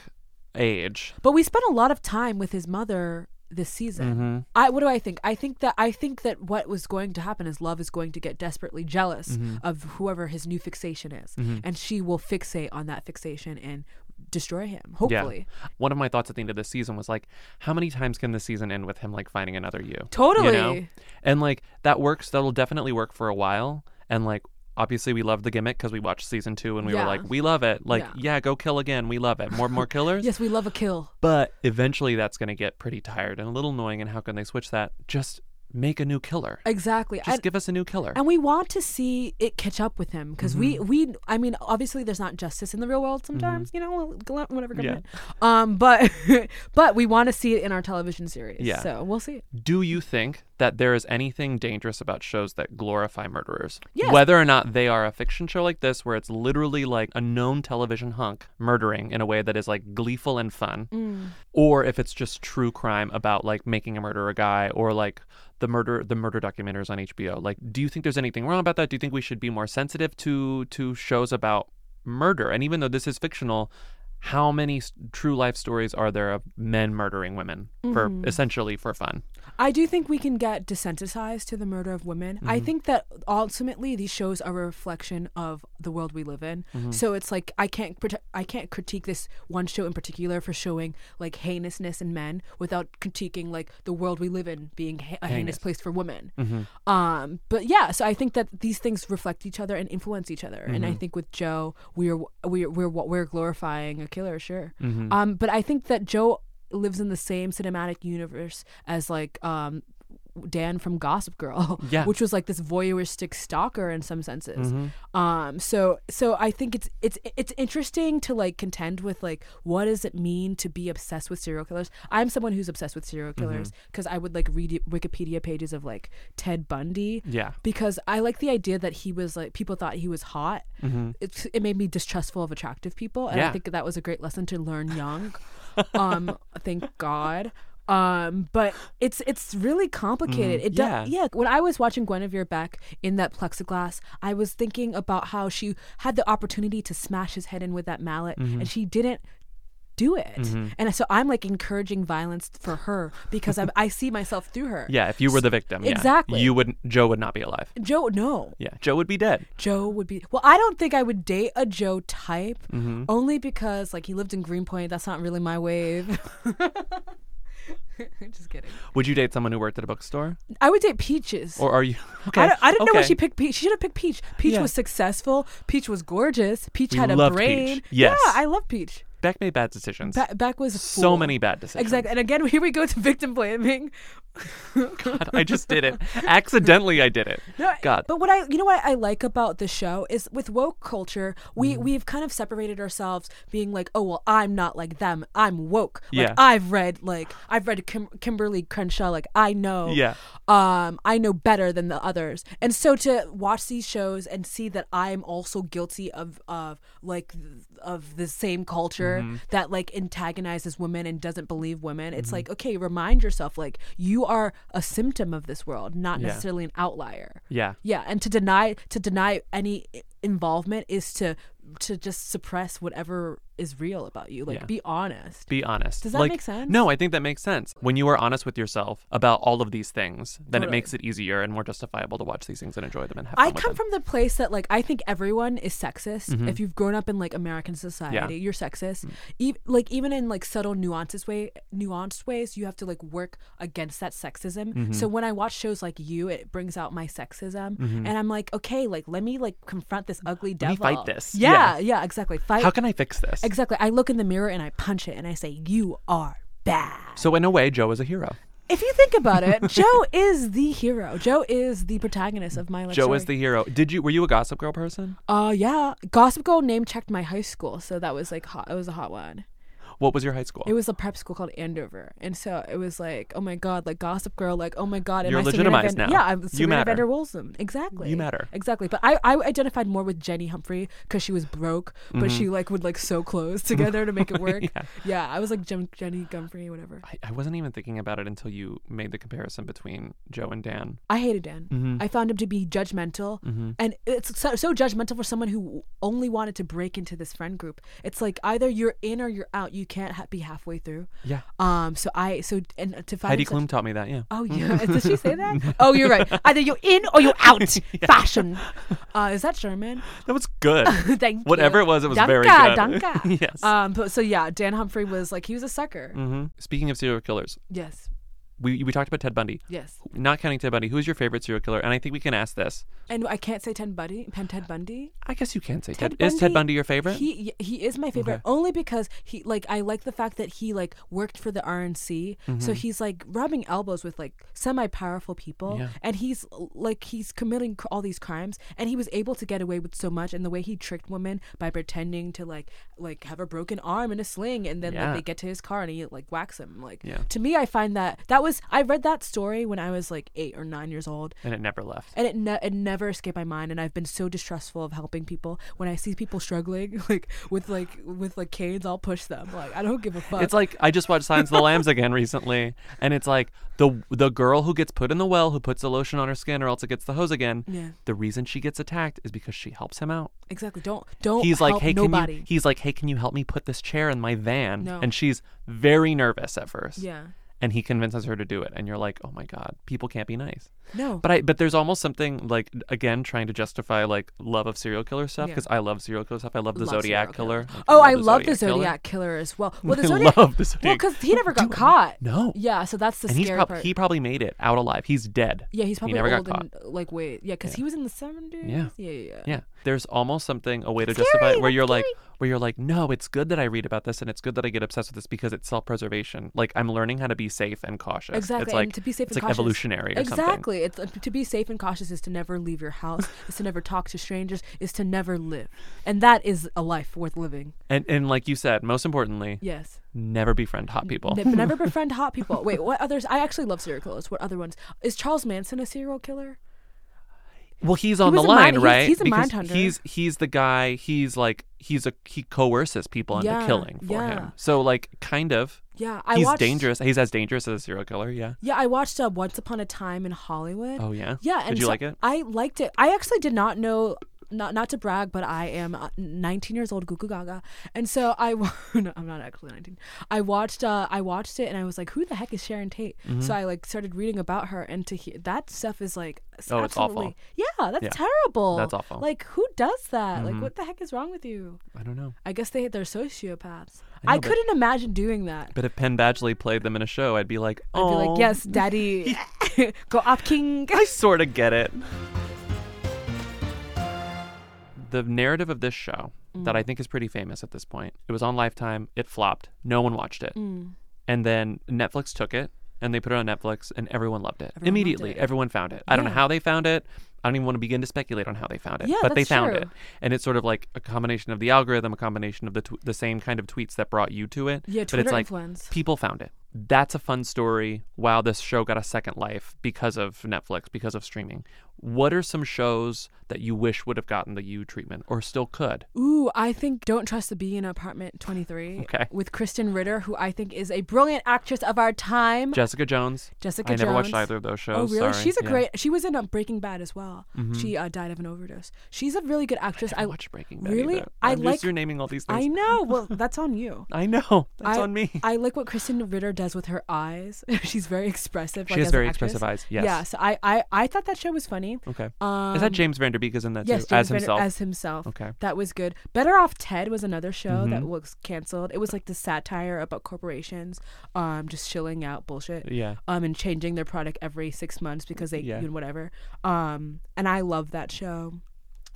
Speaker 1: age.
Speaker 2: but we spent a lot of time with his mother this season.
Speaker 1: Mm-hmm.
Speaker 2: I what do I think? I think that I think that what was going to happen is love is going to get desperately jealous
Speaker 1: Mm-hmm.
Speaker 2: of whoever his new fixation is, and she will fixate on that fixation and destroy him. Hopefully,
Speaker 1: Yeah. One of my thoughts at the end of this season was like, how many times can this season end with him like finding another you? You
Speaker 2: Totally.
Speaker 1: know? And like that works. That'll definitely work for a while. And like obviously we love the gimmick because we watched season two and we
Speaker 2: Yeah.
Speaker 1: were like, we love it. Like
Speaker 2: Yeah.
Speaker 1: yeah. go kill again. We love it. More more killers.
Speaker 2: yes, we love a kill.
Speaker 1: But eventually that's going to get pretty tired and a little annoying. And how can they switch that? Just make a new killer.
Speaker 2: Exactly.
Speaker 1: Just
Speaker 2: And-
Speaker 1: give us a new killer.
Speaker 2: and we want to see it catch up with him because we we I mean obviously there's not justice in the real world sometimes you know gl- whatever government um but but we want to see it in our television series
Speaker 1: Yeah.
Speaker 2: so we'll see it.
Speaker 1: Do you think that there is anything dangerous about shows that glorify murderers?
Speaker 2: Yes.
Speaker 1: Whether or not they are a fiction show like this, where it's literally like a known television hunk murdering in a way that is like gleeful and fun, or if it's just true crime about like making a murderer a guy or like the murder the murder documentaries on HBO. Like, do you think there's anything wrong about that? Do you think we should be more sensitive to to shows about murder? And even though this is fictional. How many s- true life stories are there of men murdering women for essentially for fun?
Speaker 2: I do think we can get desensitized to the murder of women. I think that ultimately these shows are a reflection of the world we live in. So it's like I can't prote- I can't critique this one show in particular for showing like heinousness in men without critiquing like the world we live in being he- a heinous,
Speaker 1: Heinous.
Speaker 2: place for women. Um, but yeah, so I think that these things reflect each other and influence each other. And I think with Joe, we're we're we're we're glorifying a killer, sure. Um, but I think that Joe lives in the same cinematic universe as like um Dan from Gossip Girl,
Speaker 1: Yeah.
Speaker 2: which was like this voyeuristic stalker in some senses. Um, so so I think it's it's it's interesting to like contend with like what does it mean to be obsessed with serial killers? I'm someone who's obsessed with serial killers because I would like read Wikipedia pages of like Ted Bundy.
Speaker 1: Yeah.
Speaker 2: Because I like the idea that he was like people thought he was hot. It's it made me distrustful of attractive people, and I
Speaker 1: Mm-hmm. Yeah.
Speaker 2: think that was a great lesson to learn young. um, thank God. Um, but it's it's really complicated. It does,
Speaker 1: Mm-hmm. Yeah.
Speaker 2: yeah, when I was watching Guinevere Beck in that plexiglass, I was thinking about how she had the opportunity to smash his head in with that mallet
Speaker 1: Mm-hmm.
Speaker 2: and she didn't do it. And so I'm like encouraging violence for her because I'm, I see myself through her.
Speaker 1: Yeah, if you were the victim, yeah,
Speaker 2: Exactly.
Speaker 1: you would Joe would not be alive.
Speaker 2: Joe, no.
Speaker 1: Yeah, Joe would be dead.
Speaker 2: Joe would be well. I don't think I would date a Joe type,
Speaker 1: Mm-hmm.
Speaker 2: only because like he lived in Greenpoint. That's not really my wave. Just kidding.
Speaker 1: Would you date someone who worked at a bookstore,
Speaker 2: I would date Peaches.
Speaker 1: or are you? Oh, Okay,
Speaker 2: I don't, I don't know why
Speaker 1: okay.
Speaker 2: she picked Peach. She should have picked Peach. Peach
Speaker 1: Yeah.
Speaker 2: was successful. Peach was gorgeous. Peach
Speaker 1: We
Speaker 2: had a
Speaker 1: love
Speaker 2: brain.
Speaker 1: Peach. Yes.
Speaker 2: Yeah, I love Peach.
Speaker 1: Beck made bad decisions.
Speaker 2: Ba- Beck was a
Speaker 1: so
Speaker 2: fool.
Speaker 1: many bad decisions.
Speaker 2: Exactly. And again, here we go to victim blaming.
Speaker 1: God, I just did it. Accidentally, I did it.
Speaker 2: No,
Speaker 1: God.
Speaker 2: But what I, you know, what I like about the show is with woke culture,
Speaker 1: Mm.
Speaker 2: we we've kind of separated ourselves, being like, oh well, I'm not like them. I'm woke. Like
Speaker 1: Yeah.
Speaker 2: I've read, like I've read Kim- Kimberly Crenshaw. Like I know.
Speaker 1: Yeah.
Speaker 2: Um, I know better than the others, and so to watch these shows and see that I'm also guilty of of like of the same culture
Speaker 1: Mm-hmm.
Speaker 2: that like antagonizes women and doesn't believe women. It's like okay, remind yourself like you are a symptom of this world, not
Speaker 1: Yeah.
Speaker 2: necessarily an outlier.
Speaker 1: yeah.
Speaker 2: Yeah, and to deny to deny any i- involvement is to to just suppress whatever is real about you. Like
Speaker 1: Yeah.
Speaker 2: be honest.
Speaker 1: Be honest.
Speaker 2: Does that
Speaker 1: Like,
Speaker 2: make sense?
Speaker 1: No, I think that makes sense. When you are honest with yourself about all of these things, then
Speaker 2: Totally.
Speaker 1: it makes it easier and more justifiable to watch these things and enjoy them and have fun
Speaker 2: I
Speaker 1: with
Speaker 2: come
Speaker 1: them.
Speaker 2: from the place that like I think everyone is sexist.
Speaker 1: Mm-hmm.
Speaker 2: If you've grown up in like American society, you're sexist.
Speaker 1: Mm.
Speaker 2: Ev like even in like subtle nuances way nuanced ways, you have to like work against that sexism.
Speaker 1: Mm-hmm.
Speaker 2: So when I watch shows like you, it brings out my sexism, and I'm like, okay, like let me like confront this ugly
Speaker 1: Mm-hmm. Let me
Speaker 2: devil.
Speaker 1: fight this.
Speaker 2: Yeah, yeah, exactly. Fight
Speaker 1: How can I fix this?
Speaker 2: Exactly. I look in the mirror and I punch it and I say, You are bad.
Speaker 1: so in a way, Joe is a hero.
Speaker 2: If you think about it, Joe is the hero. Joe is the protagonist of my life.
Speaker 1: Joe is the hero. Did you? Were you a Gossip Girl person?
Speaker 2: Oh, yeah. Gossip Girl name checked my high school. So that was like hot. It was a hot one.
Speaker 1: What was your high school?
Speaker 2: It was a prep school called Andover. And so it was like, Oh my God, like Gossip Girl, like, Oh my God. Am
Speaker 1: You're
Speaker 2: I Serena
Speaker 1: legitimized
Speaker 2: Van-
Speaker 1: now.
Speaker 2: Yeah, I'm
Speaker 1: You
Speaker 2: Serena
Speaker 1: matter.
Speaker 2: Vander Woolsum. Exactly.
Speaker 1: You matter.
Speaker 2: Exactly. But I, I identified more with Jenny Humphrey because she was broke,
Speaker 1: Mm-hmm.
Speaker 2: but she like would like sew clothes together to make it work. yeah. I was like Jem- Jenny Gumfrey, whatever.
Speaker 1: I, I wasn't even thinking about it until you made the comparison between Joe and Dan.
Speaker 2: I hated Dan.
Speaker 1: Mm-hmm.
Speaker 2: I found him to be judgmental, and it's so, so judgmental for someone who only wanted to break into this friend group. It's like either you're in or you're out. You can't ha- be halfway through.
Speaker 1: Yeah.
Speaker 2: Um. So I so and to find
Speaker 1: Heidi
Speaker 2: such-
Speaker 1: Klum taught me that. Yeah.
Speaker 2: Oh yeah, did she say that? Oh, you're right. Either you're in or you're out. Fashion. Uh, is that German?
Speaker 1: That was good.
Speaker 2: Thank you.
Speaker 1: Whatever it was, it was very
Speaker 2: Danke,
Speaker 1: good.
Speaker 2: danke.
Speaker 1: Yes.
Speaker 2: Um. But so yeah, Dan Humphrey was like he was a sucker.
Speaker 1: hmm Speaking of serial killers,
Speaker 2: Yes.
Speaker 1: we we talked about Ted Bundy.
Speaker 2: Yes.
Speaker 1: Not counting Ted Bundy, who is your favorite serial killer? And I think we can ask this.
Speaker 2: And I can't say Ted Bundy. Pen Ted Bundy.
Speaker 1: I guess you can say Ted.
Speaker 2: Ted
Speaker 1: Is Ted
Speaker 2: Bundy-
Speaker 1: Bundy your favorite?
Speaker 2: He y- he is my favorite
Speaker 1: Okay.
Speaker 2: only because he like I like the fact that he like worked for the RNC, so
Speaker 1: Mm-hmm.
Speaker 2: he's like rubbing elbows with like semi-powerful people,
Speaker 1: Yeah.
Speaker 2: and he's l- like he's committing cr- all these crimes, and he was able to get away with so much, and the way he tricked women by pretending to like like have a broken arm in a sling, and then
Speaker 1: Yeah.
Speaker 2: like, they get to his car and he like whacks him. Like
Speaker 1: Yeah.
Speaker 2: to me, I find that that was I read that story when I was like eight or nine years old,
Speaker 1: and it never left.
Speaker 2: and it, ne- it never escaped my mind and i've been so distrustful of helping people when i see people struggling like with like with like canes i'll push them like i don't give a fuck
Speaker 1: It's like I just watched Signs of the Lambs again recently, and it's like the the girl who gets put in the well, who puts the lotion on her skin, or else it gets the hose again.
Speaker 2: Yeah.
Speaker 1: The reason she gets attacked is because she helps him out.
Speaker 2: exactly don't don't
Speaker 1: He's like,
Speaker 2: Oh, help
Speaker 1: hey, can
Speaker 2: nobody
Speaker 1: you? He's like, hey, can you help me put this chair in my van?
Speaker 2: No.
Speaker 1: And she's very nervous at first.
Speaker 2: yeah
Speaker 1: And he convinces her to do it, and you're like, oh my god, people can't be nice.
Speaker 2: no
Speaker 1: But I but there's almost something like again trying to justify like love of serial killer stuff
Speaker 2: Yeah.
Speaker 1: because I love serial killer stuff. I love the
Speaker 2: Love
Speaker 1: Zodiac
Speaker 2: serial
Speaker 1: killer.
Speaker 2: killer. oh i
Speaker 1: the
Speaker 2: love the
Speaker 1: Killer.
Speaker 2: zodiac killer. as well well the
Speaker 1: I
Speaker 2: zodiac
Speaker 1: love the Zodiac.
Speaker 2: because he never got
Speaker 1: Dude,
Speaker 2: caught
Speaker 1: no.
Speaker 2: yeah so that's the
Speaker 1: and
Speaker 2: scary
Speaker 1: he's prob-
Speaker 2: part
Speaker 1: he probably made it out alive. He's dead.
Speaker 2: yeah he's probably
Speaker 1: never got
Speaker 2: old and like wait yeah because he was in the 70s
Speaker 1: Yeah.
Speaker 2: yeah yeah,
Speaker 1: Yeah. There's almost something a way to justify it where
Speaker 2: that's
Speaker 1: you're like where you're like, no, it's good that I read about this and it's good that I get obsessed with this because it's self preservation. Like I'm learning how to be safe and cautious.
Speaker 2: Exactly,
Speaker 1: It's like
Speaker 2: and to be safe
Speaker 1: it's
Speaker 2: and
Speaker 1: like
Speaker 2: cautious.
Speaker 1: evolutionary or something.
Speaker 2: Exactly. It's, uh, to be safe and cautious is to never leave your house, is to never talk to strangers, is to never live. And that is a life worth living.
Speaker 1: And and like you said, most importantly,
Speaker 2: Yes.
Speaker 1: never befriend hot people.
Speaker 2: Ne- never befriend hot people. Wait, what others? I actually love serial killers. What other ones? Is Charles Manson a serial killer?
Speaker 1: Well, he's on
Speaker 2: was
Speaker 1: the
Speaker 2: a mind-
Speaker 1: line,
Speaker 2: he's-
Speaker 1: right?
Speaker 2: he's a
Speaker 1: Because
Speaker 2: mindhunter.
Speaker 1: He's he's the guy. He's like he's a he coerces people into
Speaker 2: Yeah,
Speaker 1: killing for
Speaker 2: yeah.
Speaker 1: him. So like kind of.
Speaker 2: Yeah, I
Speaker 1: he's
Speaker 2: watched.
Speaker 1: dangerous. He's as dangerous as a serial killer. Yeah.
Speaker 2: Yeah, I watched uh, Once Upon a Time in Hollywood.
Speaker 1: Oh yeah.
Speaker 2: Yeah,
Speaker 1: Did
Speaker 2: and
Speaker 1: you
Speaker 2: so
Speaker 1: like it?
Speaker 2: I liked it. I actually did not know. Not not to brag, but I am uh, 19 years old, Gugu Gaga, and so I wa- no, I'm not actually 19. I watched uh, I watched it and I was like, who the heck is Sharon Tate?
Speaker 1: Mm-hmm.
Speaker 2: So I like started reading about her and to hear that stuff is like s-
Speaker 1: Oh, it's awful.
Speaker 2: absolutely- Yeah, that's
Speaker 1: Yeah.
Speaker 2: terrible.
Speaker 1: That's awful. Mm-hmm.
Speaker 2: Like who does that? Like what the heck is wrong with you?
Speaker 1: I don't know.
Speaker 2: I guess they they're sociopaths.
Speaker 1: I
Speaker 2: I,
Speaker 1: know, but-
Speaker 2: couldn't imagine doing that.
Speaker 1: But if Penn Badgley played them in a show, I'd be like,
Speaker 2: I'd
Speaker 1: oh,
Speaker 2: be like, yes, daddy, go up, king.
Speaker 1: I sort of get it. The narrative of this show that I
Speaker 2: Mm.
Speaker 1: think is pretty famous at this point. It was on Lifetime. It flopped. No one watched it.
Speaker 2: Mm.
Speaker 1: And then Netflix took it and they put it on Netflix and everyone loved it.
Speaker 2: loved
Speaker 1: Immediately,
Speaker 2: it.
Speaker 1: everyone found it. I don't know
Speaker 2: Yeah.
Speaker 1: how they found it. I don't even want to begin to speculate on how they found it,
Speaker 2: Yeah,
Speaker 1: but they
Speaker 2: that's
Speaker 1: found
Speaker 2: true.
Speaker 1: it. And it's sort of like a combination of the algorithm, a combination of the tw- the same kind of tweets that brought you to it. but
Speaker 2: Yeah,
Speaker 1: it's
Speaker 2: Twitter
Speaker 1: like
Speaker 2: influence.
Speaker 1: people found it. That's a fun story. Wow, this show got a second life because of Netflix, because of streaming. What are some shows that you wish would have gotten the U treatment or still could?
Speaker 2: Ooh, I think Don't Trust the Bee in Apartment 23
Speaker 1: Okay.
Speaker 2: with Kristen Ritter, who I think is a brilliant actress of our time.
Speaker 1: Jessica Jones.
Speaker 2: Jessica
Speaker 1: I never watched
Speaker 2: Jones.
Speaker 1: either of those shows.
Speaker 2: Oh, really?
Speaker 1: sorry.
Speaker 2: She's a
Speaker 1: Yeah. Mm-hmm.
Speaker 2: great. She was in um, Breaking Bad as well. She uh, died of an overdose. She's a really good actress.
Speaker 1: I watched Breaking Bad.
Speaker 2: Really?
Speaker 1: either.
Speaker 2: I
Speaker 1: I'm just-
Speaker 2: like-
Speaker 1: you're naming all these
Speaker 2: I
Speaker 1: things.
Speaker 2: know. Well, that's on you.
Speaker 1: I, know. That's
Speaker 2: I-
Speaker 1: on me.
Speaker 2: I like what Kristen Ritter does with her eyes. She's very expressive.
Speaker 1: She
Speaker 2: like,
Speaker 1: has
Speaker 2: as an
Speaker 1: very
Speaker 2: actress.
Speaker 1: expressive eyes, yes.
Speaker 2: Yeah. So I, I, I thought that show was funny.
Speaker 1: okay.
Speaker 2: Um,
Speaker 1: Is that James Vanderbeek is in that
Speaker 2: Yes,
Speaker 1: too? as
Speaker 2: James Vanderbeek
Speaker 1: himself.
Speaker 2: as himself.
Speaker 1: Okay. Mm-hmm.
Speaker 2: that was good. Better Off Ted was another show that was canceled. It was like the satire about corporations, um, just shilling out bullshit,
Speaker 1: Yeah.
Speaker 2: um, and changing their product every six months because they
Speaker 1: Yeah.
Speaker 2: you know, whatever. Um, and I love that show.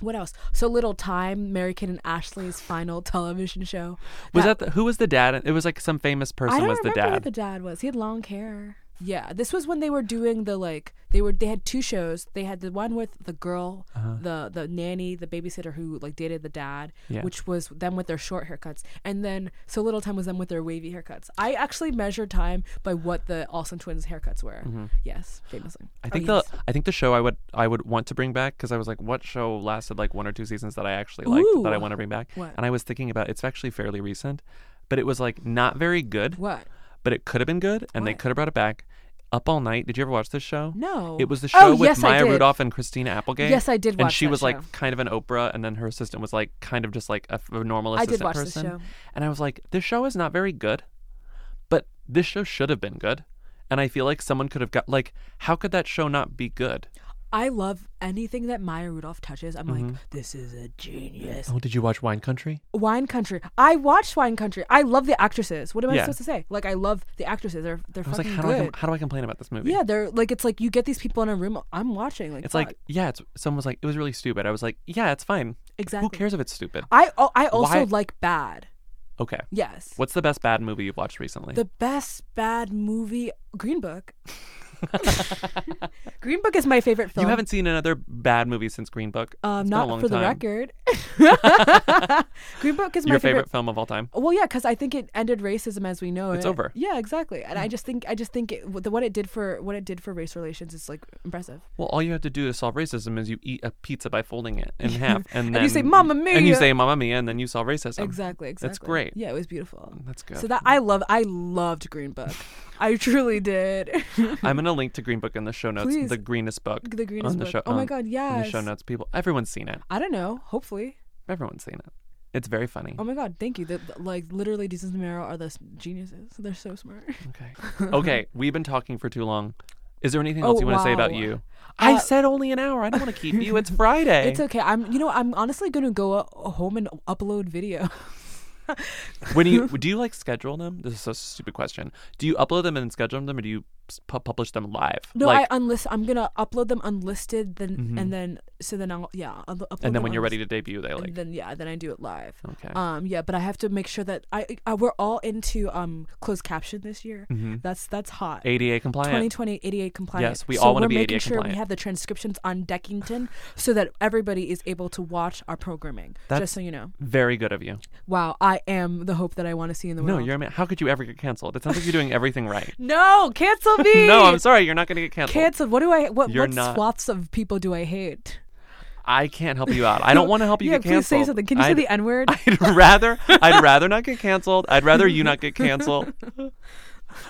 Speaker 2: What else? So Little Time, Mary Kate and Ashley's final television show.
Speaker 1: Was that, the, who was the dad? It was like some famous person
Speaker 2: I don't
Speaker 1: was the
Speaker 2: remember who
Speaker 1: dad.
Speaker 2: the dad was. He had long hair. Yeah, this was when they were doing the like they were they had two shows. They had the one with the girl,
Speaker 1: Uh-huh.
Speaker 2: the the nanny, the babysitter who like dated the dad,
Speaker 1: Yeah.
Speaker 2: which was them with their short haircuts, and then so little time was them with their wavy haircuts. I actually measured time by what the Olsen twins' haircuts were. Yes, famously.
Speaker 1: Mm-hmm. I
Speaker 2: Or
Speaker 1: think
Speaker 2: Oh, yes.
Speaker 1: the I think the show I would I would want to bring back because I was like, what show lasted like one or two seasons that I actually liked that I
Speaker 2: Ooh.
Speaker 1: want to bring back?
Speaker 2: What?
Speaker 1: And I was thinking about it's actually fairly recent, but it was like not very good,
Speaker 2: what
Speaker 1: but it could have been good, and they
Speaker 2: What?
Speaker 1: could have brought it back. Up All Night. Did you ever watch this show?
Speaker 2: No.
Speaker 1: It was the show
Speaker 2: Oh,
Speaker 1: with
Speaker 2: yes, I
Speaker 1: Maya
Speaker 2: did.
Speaker 1: Rudolph and Christina Applegate.
Speaker 2: Yes, I did
Speaker 1: And
Speaker 2: watch
Speaker 1: she
Speaker 2: that
Speaker 1: was
Speaker 2: show.
Speaker 1: like kind of an Oprah, and then her assistant was like kind of just like a, f- a normal
Speaker 2: I
Speaker 1: assistant
Speaker 2: did watch this
Speaker 1: person.
Speaker 2: show.
Speaker 1: And I was like, this show is not very good, but this show should have been good. And I feel like someone could have got like, how could that show not be good?
Speaker 2: I love anything that Maya Rudolph touches. I'm
Speaker 1: Mm-hmm.
Speaker 2: like, this is a genius.
Speaker 1: Oh, did you watch Wine Country?
Speaker 2: Wine Country. I watched Wine Country. I love the actresses. What am
Speaker 1: Yeah.
Speaker 2: I supposed to say? Like, I love the actresses. They're they're
Speaker 1: I was like,
Speaker 2: fucking
Speaker 1: how do I
Speaker 2: good.
Speaker 1: com- how do I complain about this movie?
Speaker 2: yeah, they're like it's like you get these people in a room. I'm watching. Like
Speaker 1: It's
Speaker 2: fuck.
Speaker 1: like, yeah, it's someone was like, it was really stupid. I was like, yeah, it's fine.
Speaker 2: exactly.
Speaker 1: Who cares if it's stupid?
Speaker 2: I oh, I also
Speaker 1: Why-
Speaker 2: like bad.
Speaker 1: Okay.
Speaker 2: Yes.
Speaker 1: What's the best bad movie you've watched recently?
Speaker 2: The best bad movie, Green Book. Green Book is my favorite film.
Speaker 1: you haven't seen another bad movie since Green Book.
Speaker 2: um,
Speaker 1: It's been a
Speaker 2: not
Speaker 1: long
Speaker 2: for the
Speaker 1: time.
Speaker 2: record. Green Book is my
Speaker 1: Your favorite film of all time.
Speaker 2: Well, yeah, because I think it ended racism as we know it.
Speaker 1: It's over. Mm.
Speaker 2: Yeah, exactly. And I just think I just think it, the what it did for what it did for race relations is like impressive.
Speaker 1: Well, all you have to do to solve racism is you eat a pizza by folding it in half, and
Speaker 2: And
Speaker 1: then
Speaker 2: you say, "Mamma
Speaker 1: and you
Speaker 2: mia."
Speaker 1: say "Mamma Mia," and then you solve racism.
Speaker 2: Exactly. Exactly.
Speaker 1: Oh, That's great. Mm,
Speaker 2: Yeah, it was beautiful.
Speaker 1: That's good.
Speaker 2: So that I love I loved Green Book. I truly did.
Speaker 1: I'm gonna link to Green Book in the show notes.
Speaker 2: Please.
Speaker 1: The greenest book.
Speaker 2: the greenest
Speaker 1: on the
Speaker 2: book.
Speaker 1: show. um,
Speaker 2: oh my
Speaker 1: on-
Speaker 2: god,
Speaker 1: In
Speaker 2: yes.
Speaker 1: the show notes, people. Everyone's seen it.
Speaker 2: I don't know. Hopefully.
Speaker 1: Everyone's seen it. It's very funny.
Speaker 2: Oh my god, thank you. The, the- like literally Jesus and Mero are the s- geniuses. They're so smart.
Speaker 1: Okay. Okay. We've been talking for too long. Is there anything
Speaker 2: Oh,
Speaker 1: else you want to say about
Speaker 2: wow.
Speaker 1: you?
Speaker 2: Uh,
Speaker 1: I said only an hour. I don't want to keep you. It's Friday.
Speaker 2: It's okay. I'm you know, I'm honestly going to go uh, home and upload video.
Speaker 1: when do you do you like schedule them? This is a stupid question. Do you upload them and then schedule them, or do you s- pu- publish them live?
Speaker 2: No,
Speaker 1: like,
Speaker 2: I unlist. I'm gonna upload them unlisted, then
Speaker 1: Mhm.
Speaker 2: and then so then I'll yeah. I'll upload
Speaker 1: and
Speaker 2: them
Speaker 1: then when you're ready
Speaker 2: unlisted,
Speaker 1: to debut, they like
Speaker 2: and then yeah, then I do it live.
Speaker 1: okay.
Speaker 2: Um, yeah, but I have to make sure that I, I we're all into um closed caption this year.
Speaker 1: hmm
Speaker 2: That's that's hot.
Speaker 1: ADA compliant.
Speaker 2: 2020 88 compliant.
Speaker 1: Yes, we
Speaker 2: so
Speaker 1: all wanna
Speaker 2: we're
Speaker 1: be
Speaker 2: making
Speaker 1: ADA
Speaker 2: sure
Speaker 1: compliant.
Speaker 2: we have the transcriptions on Deckington so that everybody is able to watch our programming.
Speaker 1: That's-
Speaker 2: just so you know.
Speaker 1: Very good of you.
Speaker 2: Wow, I am the hope that I want to see in the
Speaker 1: No,
Speaker 2: world.
Speaker 1: you're a man. How could you ever get canceled? It sounds like you're doing everything right.
Speaker 2: No, cancel me.
Speaker 1: no, I'm sorry. You're not going to get canceled.
Speaker 2: Canceled. What do I? What,
Speaker 1: You're
Speaker 2: what
Speaker 1: not-
Speaker 2: swaths of people do I hate?
Speaker 1: I can't help you out. I don't want to help you
Speaker 2: yeah,
Speaker 1: get
Speaker 2: please
Speaker 1: canceled.
Speaker 2: say something. Can you say
Speaker 1: I'd-
Speaker 2: the N word?
Speaker 1: I'd rather I'd rather not get canceled. I'd rather you not get canceled.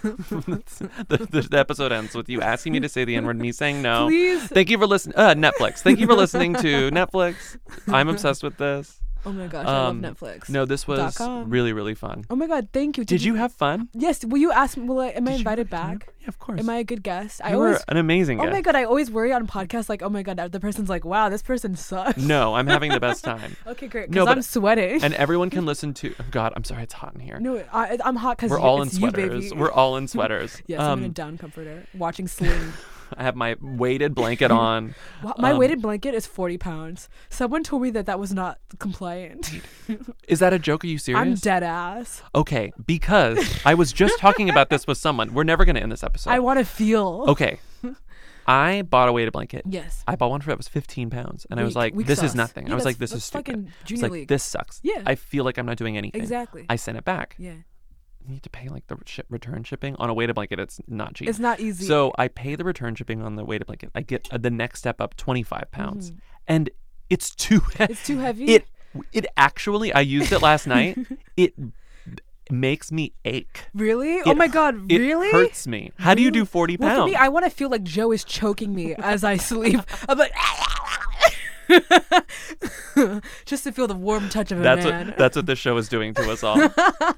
Speaker 1: the, the, the episode ends with you asking me to say the N word, me saying no.
Speaker 2: Please.
Speaker 1: Thank you for listening. Uh, Netflix. Thank you for listening to Netflix. I'm obsessed with this.
Speaker 2: Oh my gosh, I love
Speaker 1: Um,
Speaker 2: Netflix.
Speaker 1: No, this
Speaker 2: Dot
Speaker 1: was
Speaker 2: com.
Speaker 1: really really fun.
Speaker 2: Oh my god, thank you.
Speaker 1: Did you have fun?
Speaker 2: Yes. Will you ask me? Will I? Am
Speaker 1: Did
Speaker 2: I
Speaker 1: you
Speaker 2: invited
Speaker 1: really-
Speaker 2: back?
Speaker 1: Yeah, of course.
Speaker 2: Am I a good guest? I
Speaker 1: you
Speaker 2: always.
Speaker 1: were an amazing
Speaker 2: Oh my
Speaker 1: guest.
Speaker 2: god, I always worry on podcasts like, oh my god, the person's like, wow, this person sucks.
Speaker 1: No, I'm having the best time.
Speaker 2: Okay, great.
Speaker 1: No,
Speaker 2: Because
Speaker 1: but-
Speaker 2: I'm sweating.
Speaker 1: And everyone can listen to. oh God, I'm sorry, it's hot in here.
Speaker 2: no, I, I'm hot because
Speaker 1: We're all in
Speaker 2: you, baby.
Speaker 1: sweaters. We're all in sweaters. Um,
Speaker 2: Yes, I'm in a down comforter watching Sling.
Speaker 1: I have my weighted blanket on.
Speaker 2: Wow, my
Speaker 1: Um,
Speaker 2: weighted blanket is 40 pounds. Someone told me that that was not compliant.
Speaker 1: Is that a joke? Are you serious?
Speaker 2: I'm dead ass.
Speaker 1: Okay, because I was just talking about this with someone. We're never going to end this episode.
Speaker 2: I want to feel.
Speaker 1: okay. I bought a weighted blanket.
Speaker 2: Yes.
Speaker 1: I bought one for that was 15 pounds. And I was
Speaker 2: Weak-
Speaker 1: like,
Speaker 2: weak
Speaker 1: this is
Speaker 2: sauce.
Speaker 1: nothing.
Speaker 2: Yeah,
Speaker 1: I was
Speaker 2: that's-
Speaker 1: like, this
Speaker 2: that's
Speaker 1: is stupid.
Speaker 2: fucking
Speaker 1: I was
Speaker 2: junior
Speaker 1: like,
Speaker 2: league.
Speaker 1: this sucks.
Speaker 2: Yeah.
Speaker 1: I feel like I'm not doing anything.
Speaker 2: Exactly.
Speaker 1: I sent it back.
Speaker 2: yeah.
Speaker 1: You need to pay like the shi return shipping on a weighted blanket. It's not cheap.
Speaker 2: It's not easy.
Speaker 1: So I pay the return shipping on the weighted blanket. I get uh, the next step up 25 pounds. And it's too heavy.
Speaker 2: Mm-hmm. it's too heavy.
Speaker 1: It it actually I used it last night. It b- makes me ache.
Speaker 2: really? oh
Speaker 1: It-
Speaker 2: my god,
Speaker 1: it
Speaker 2: really?
Speaker 1: hurts me. How do you do 40
Speaker 2: Well, for
Speaker 1: pounds?
Speaker 2: me, I want to feel like Joe is choking me as I sleep. I'm like, just to feel the warm touch of a
Speaker 1: that's
Speaker 2: man.
Speaker 1: what that's what this show is doing to us all.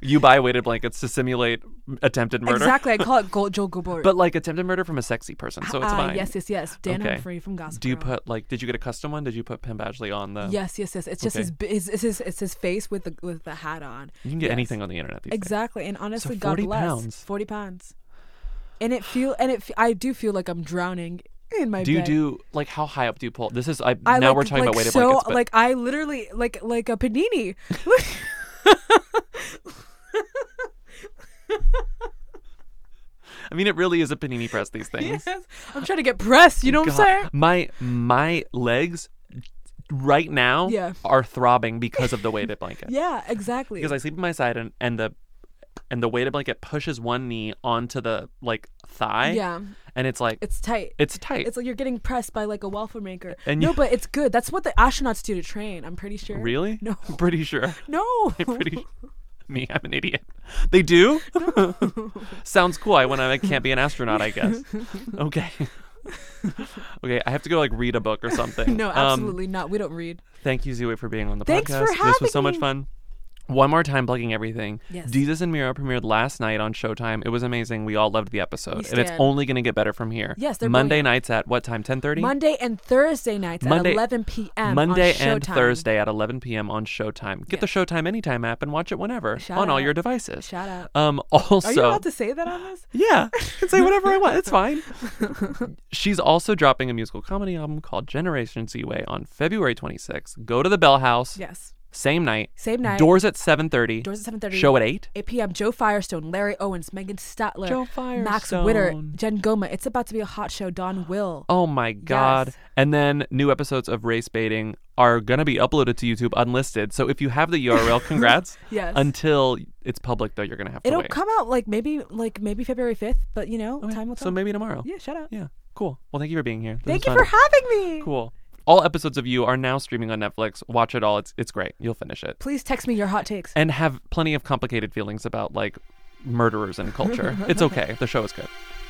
Speaker 1: you buy weighted blankets to simulate attempted murder,
Speaker 2: exactly. I call it Gold, Joe Goldberg.
Speaker 1: but like attempted murder from a sexy person, so it's
Speaker 2: Ah,
Speaker 1: fine.
Speaker 2: Yes, yes, yes. Dan
Speaker 1: Okay.
Speaker 2: Humphrey from Gossip
Speaker 1: do you
Speaker 2: Girl.
Speaker 1: put like? Did you get a custom one? Did you put Pim Badgley on the?
Speaker 2: Yes, yes, yes. It's just
Speaker 1: Okay.
Speaker 2: his, bi- his, it's his, it's his face with the with the hat on.
Speaker 1: You can get
Speaker 2: Yes.
Speaker 1: anything on the internet. These days.
Speaker 2: Exactly, and honestly, God
Speaker 1: 40
Speaker 2: bless.
Speaker 1: pounds.
Speaker 2: Forty pounds, and it feel and it. Fe- I do feel like I'm drowning in my.
Speaker 1: Do you
Speaker 2: bed.
Speaker 1: do like how high up do you pull? This is I,
Speaker 2: I
Speaker 1: now
Speaker 2: like,
Speaker 1: we're talking
Speaker 2: like
Speaker 1: about weighted
Speaker 2: so,
Speaker 1: blankets, but
Speaker 2: like I literally like like a panini.
Speaker 1: I mean it really is a panini press. These things.
Speaker 2: Yes. I'm trying to get pressed. You know what
Speaker 1: God,
Speaker 2: I'm saying?
Speaker 1: My my legs right now
Speaker 2: Yeah.
Speaker 1: are throbbing because of the weighted blanket.
Speaker 2: Yeah, exactly.
Speaker 1: because I sleep on my side and, and the and the weighted blanket pushes one knee onto the like thigh.
Speaker 2: yeah,
Speaker 1: And it's like it's,
Speaker 2: it's tight.
Speaker 1: tight.
Speaker 2: It's like you're getting pressed by like a waffle maker.
Speaker 1: And
Speaker 2: no,
Speaker 1: you-
Speaker 2: but it's good. That's what the astronauts do to train. I'm pretty sure.
Speaker 1: really?
Speaker 2: No.
Speaker 1: I'm pretty sure.
Speaker 2: No.
Speaker 1: I'm pretty me, I'm an idiot. They do? Sounds cool. I when I can't be an astronaut, I guess. Okay. okay, I have to go like read a book or something.
Speaker 2: no,
Speaker 1: Um,
Speaker 2: absolutely not. We don't read.
Speaker 1: thank you, Zoe, for being on the
Speaker 2: Thanks
Speaker 1: podcast.
Speaker 2: for
Speaker 1: this was so
Speaker 2: having
Speaker 1: much
Speaker 2: me.
Speaker 1: fun. One more time plugging everything.
Speaker 2: Yes.
Speaker 1: Jesus and Mira premiered last night on Showtime. It was amazing. We all loved the episode.
Speaker 2: We
Speaker 1: And it's
Speaker 2: stand.
Speaker 1: only going to get better from here.
Speaker 2: Yes, they're
Speaker 1: Monday
Speaker 2: brilliant.
Speaker 1: nights at what time? 10:30?
Speaker 2: Monday and Thursday nights
Speaker 1: Monday-
Speaker 2: at 11 p.m.
Speaker 1: Monday
Speaker 2: on
Speaker 1: and
Speaker 2: Showtime.
Speaker 1: Thursday at 11 p.m. on Showtime. Get the Showtime Anytime app and watch it whenever
Speaker 2: Shout
Speaker 1: on all
Speaker 2: out.
Speaker 1: your devices.
Speaker 2: Shout out.
Speaker 1: Um, also,
Speaker 2: Are you allowed to say that on this?
Speaker 1: yeah, I can say whatever I want. It's fine. She's also dropping a musical comedy album called Generation Z Way on February 26th. Go to the Bell House,
Speaker 2: Yes.
Speaker 1: same night.
Speaker 2: Same night.
Speaker 1: Doors at 7:30.
Speaker 2: Doors at 7:30.
Speaker 1: Show at 8.
Speaker 2: 8 p.m. Joe Firestone, Larry Owens, Megan Statler,
Speaker 1: Joe
Speaker 2: Max Witter,
Speaker 1: Firestone.
Speaker 2: Jen Goma. It's about to be a hot show. Don Will.
Speaker 1: Oh my god.
Speaker 2: Yes.
Speaker 1: And then new episodes of Race Baiting are going to be uploaded to YouTube unlisted. So if you have the URL, congrats.
Speaker 2: Yes.
Speaker 1: Until it's public though, you're going to have to
Speaker 2: It'll
Speaker 1: wait.
Speaker 2: come out like maybe like maybe February 5th, but you know,
Speaker 1: Okay,
Speaker 2: time will tell.
Speaker 1: So maybe tomorrow.
Speaker 2: yeah, shout out.
Speaker 1: Yeah. Cool. Well, thank you for being here. This
Speaker 2: Thank
Speaker 1: was fun.
Speaker 2: you for having me.
Speaker 1: Cool. All episodes of you are now streaming on Netflix. Watch it all. It's it's great. You'll finish it.
Speaker 2: Please text me your hot takes.
Speaker 1: And have plenty of complicated feelings about like murderers and culture. it's okay. The show is good.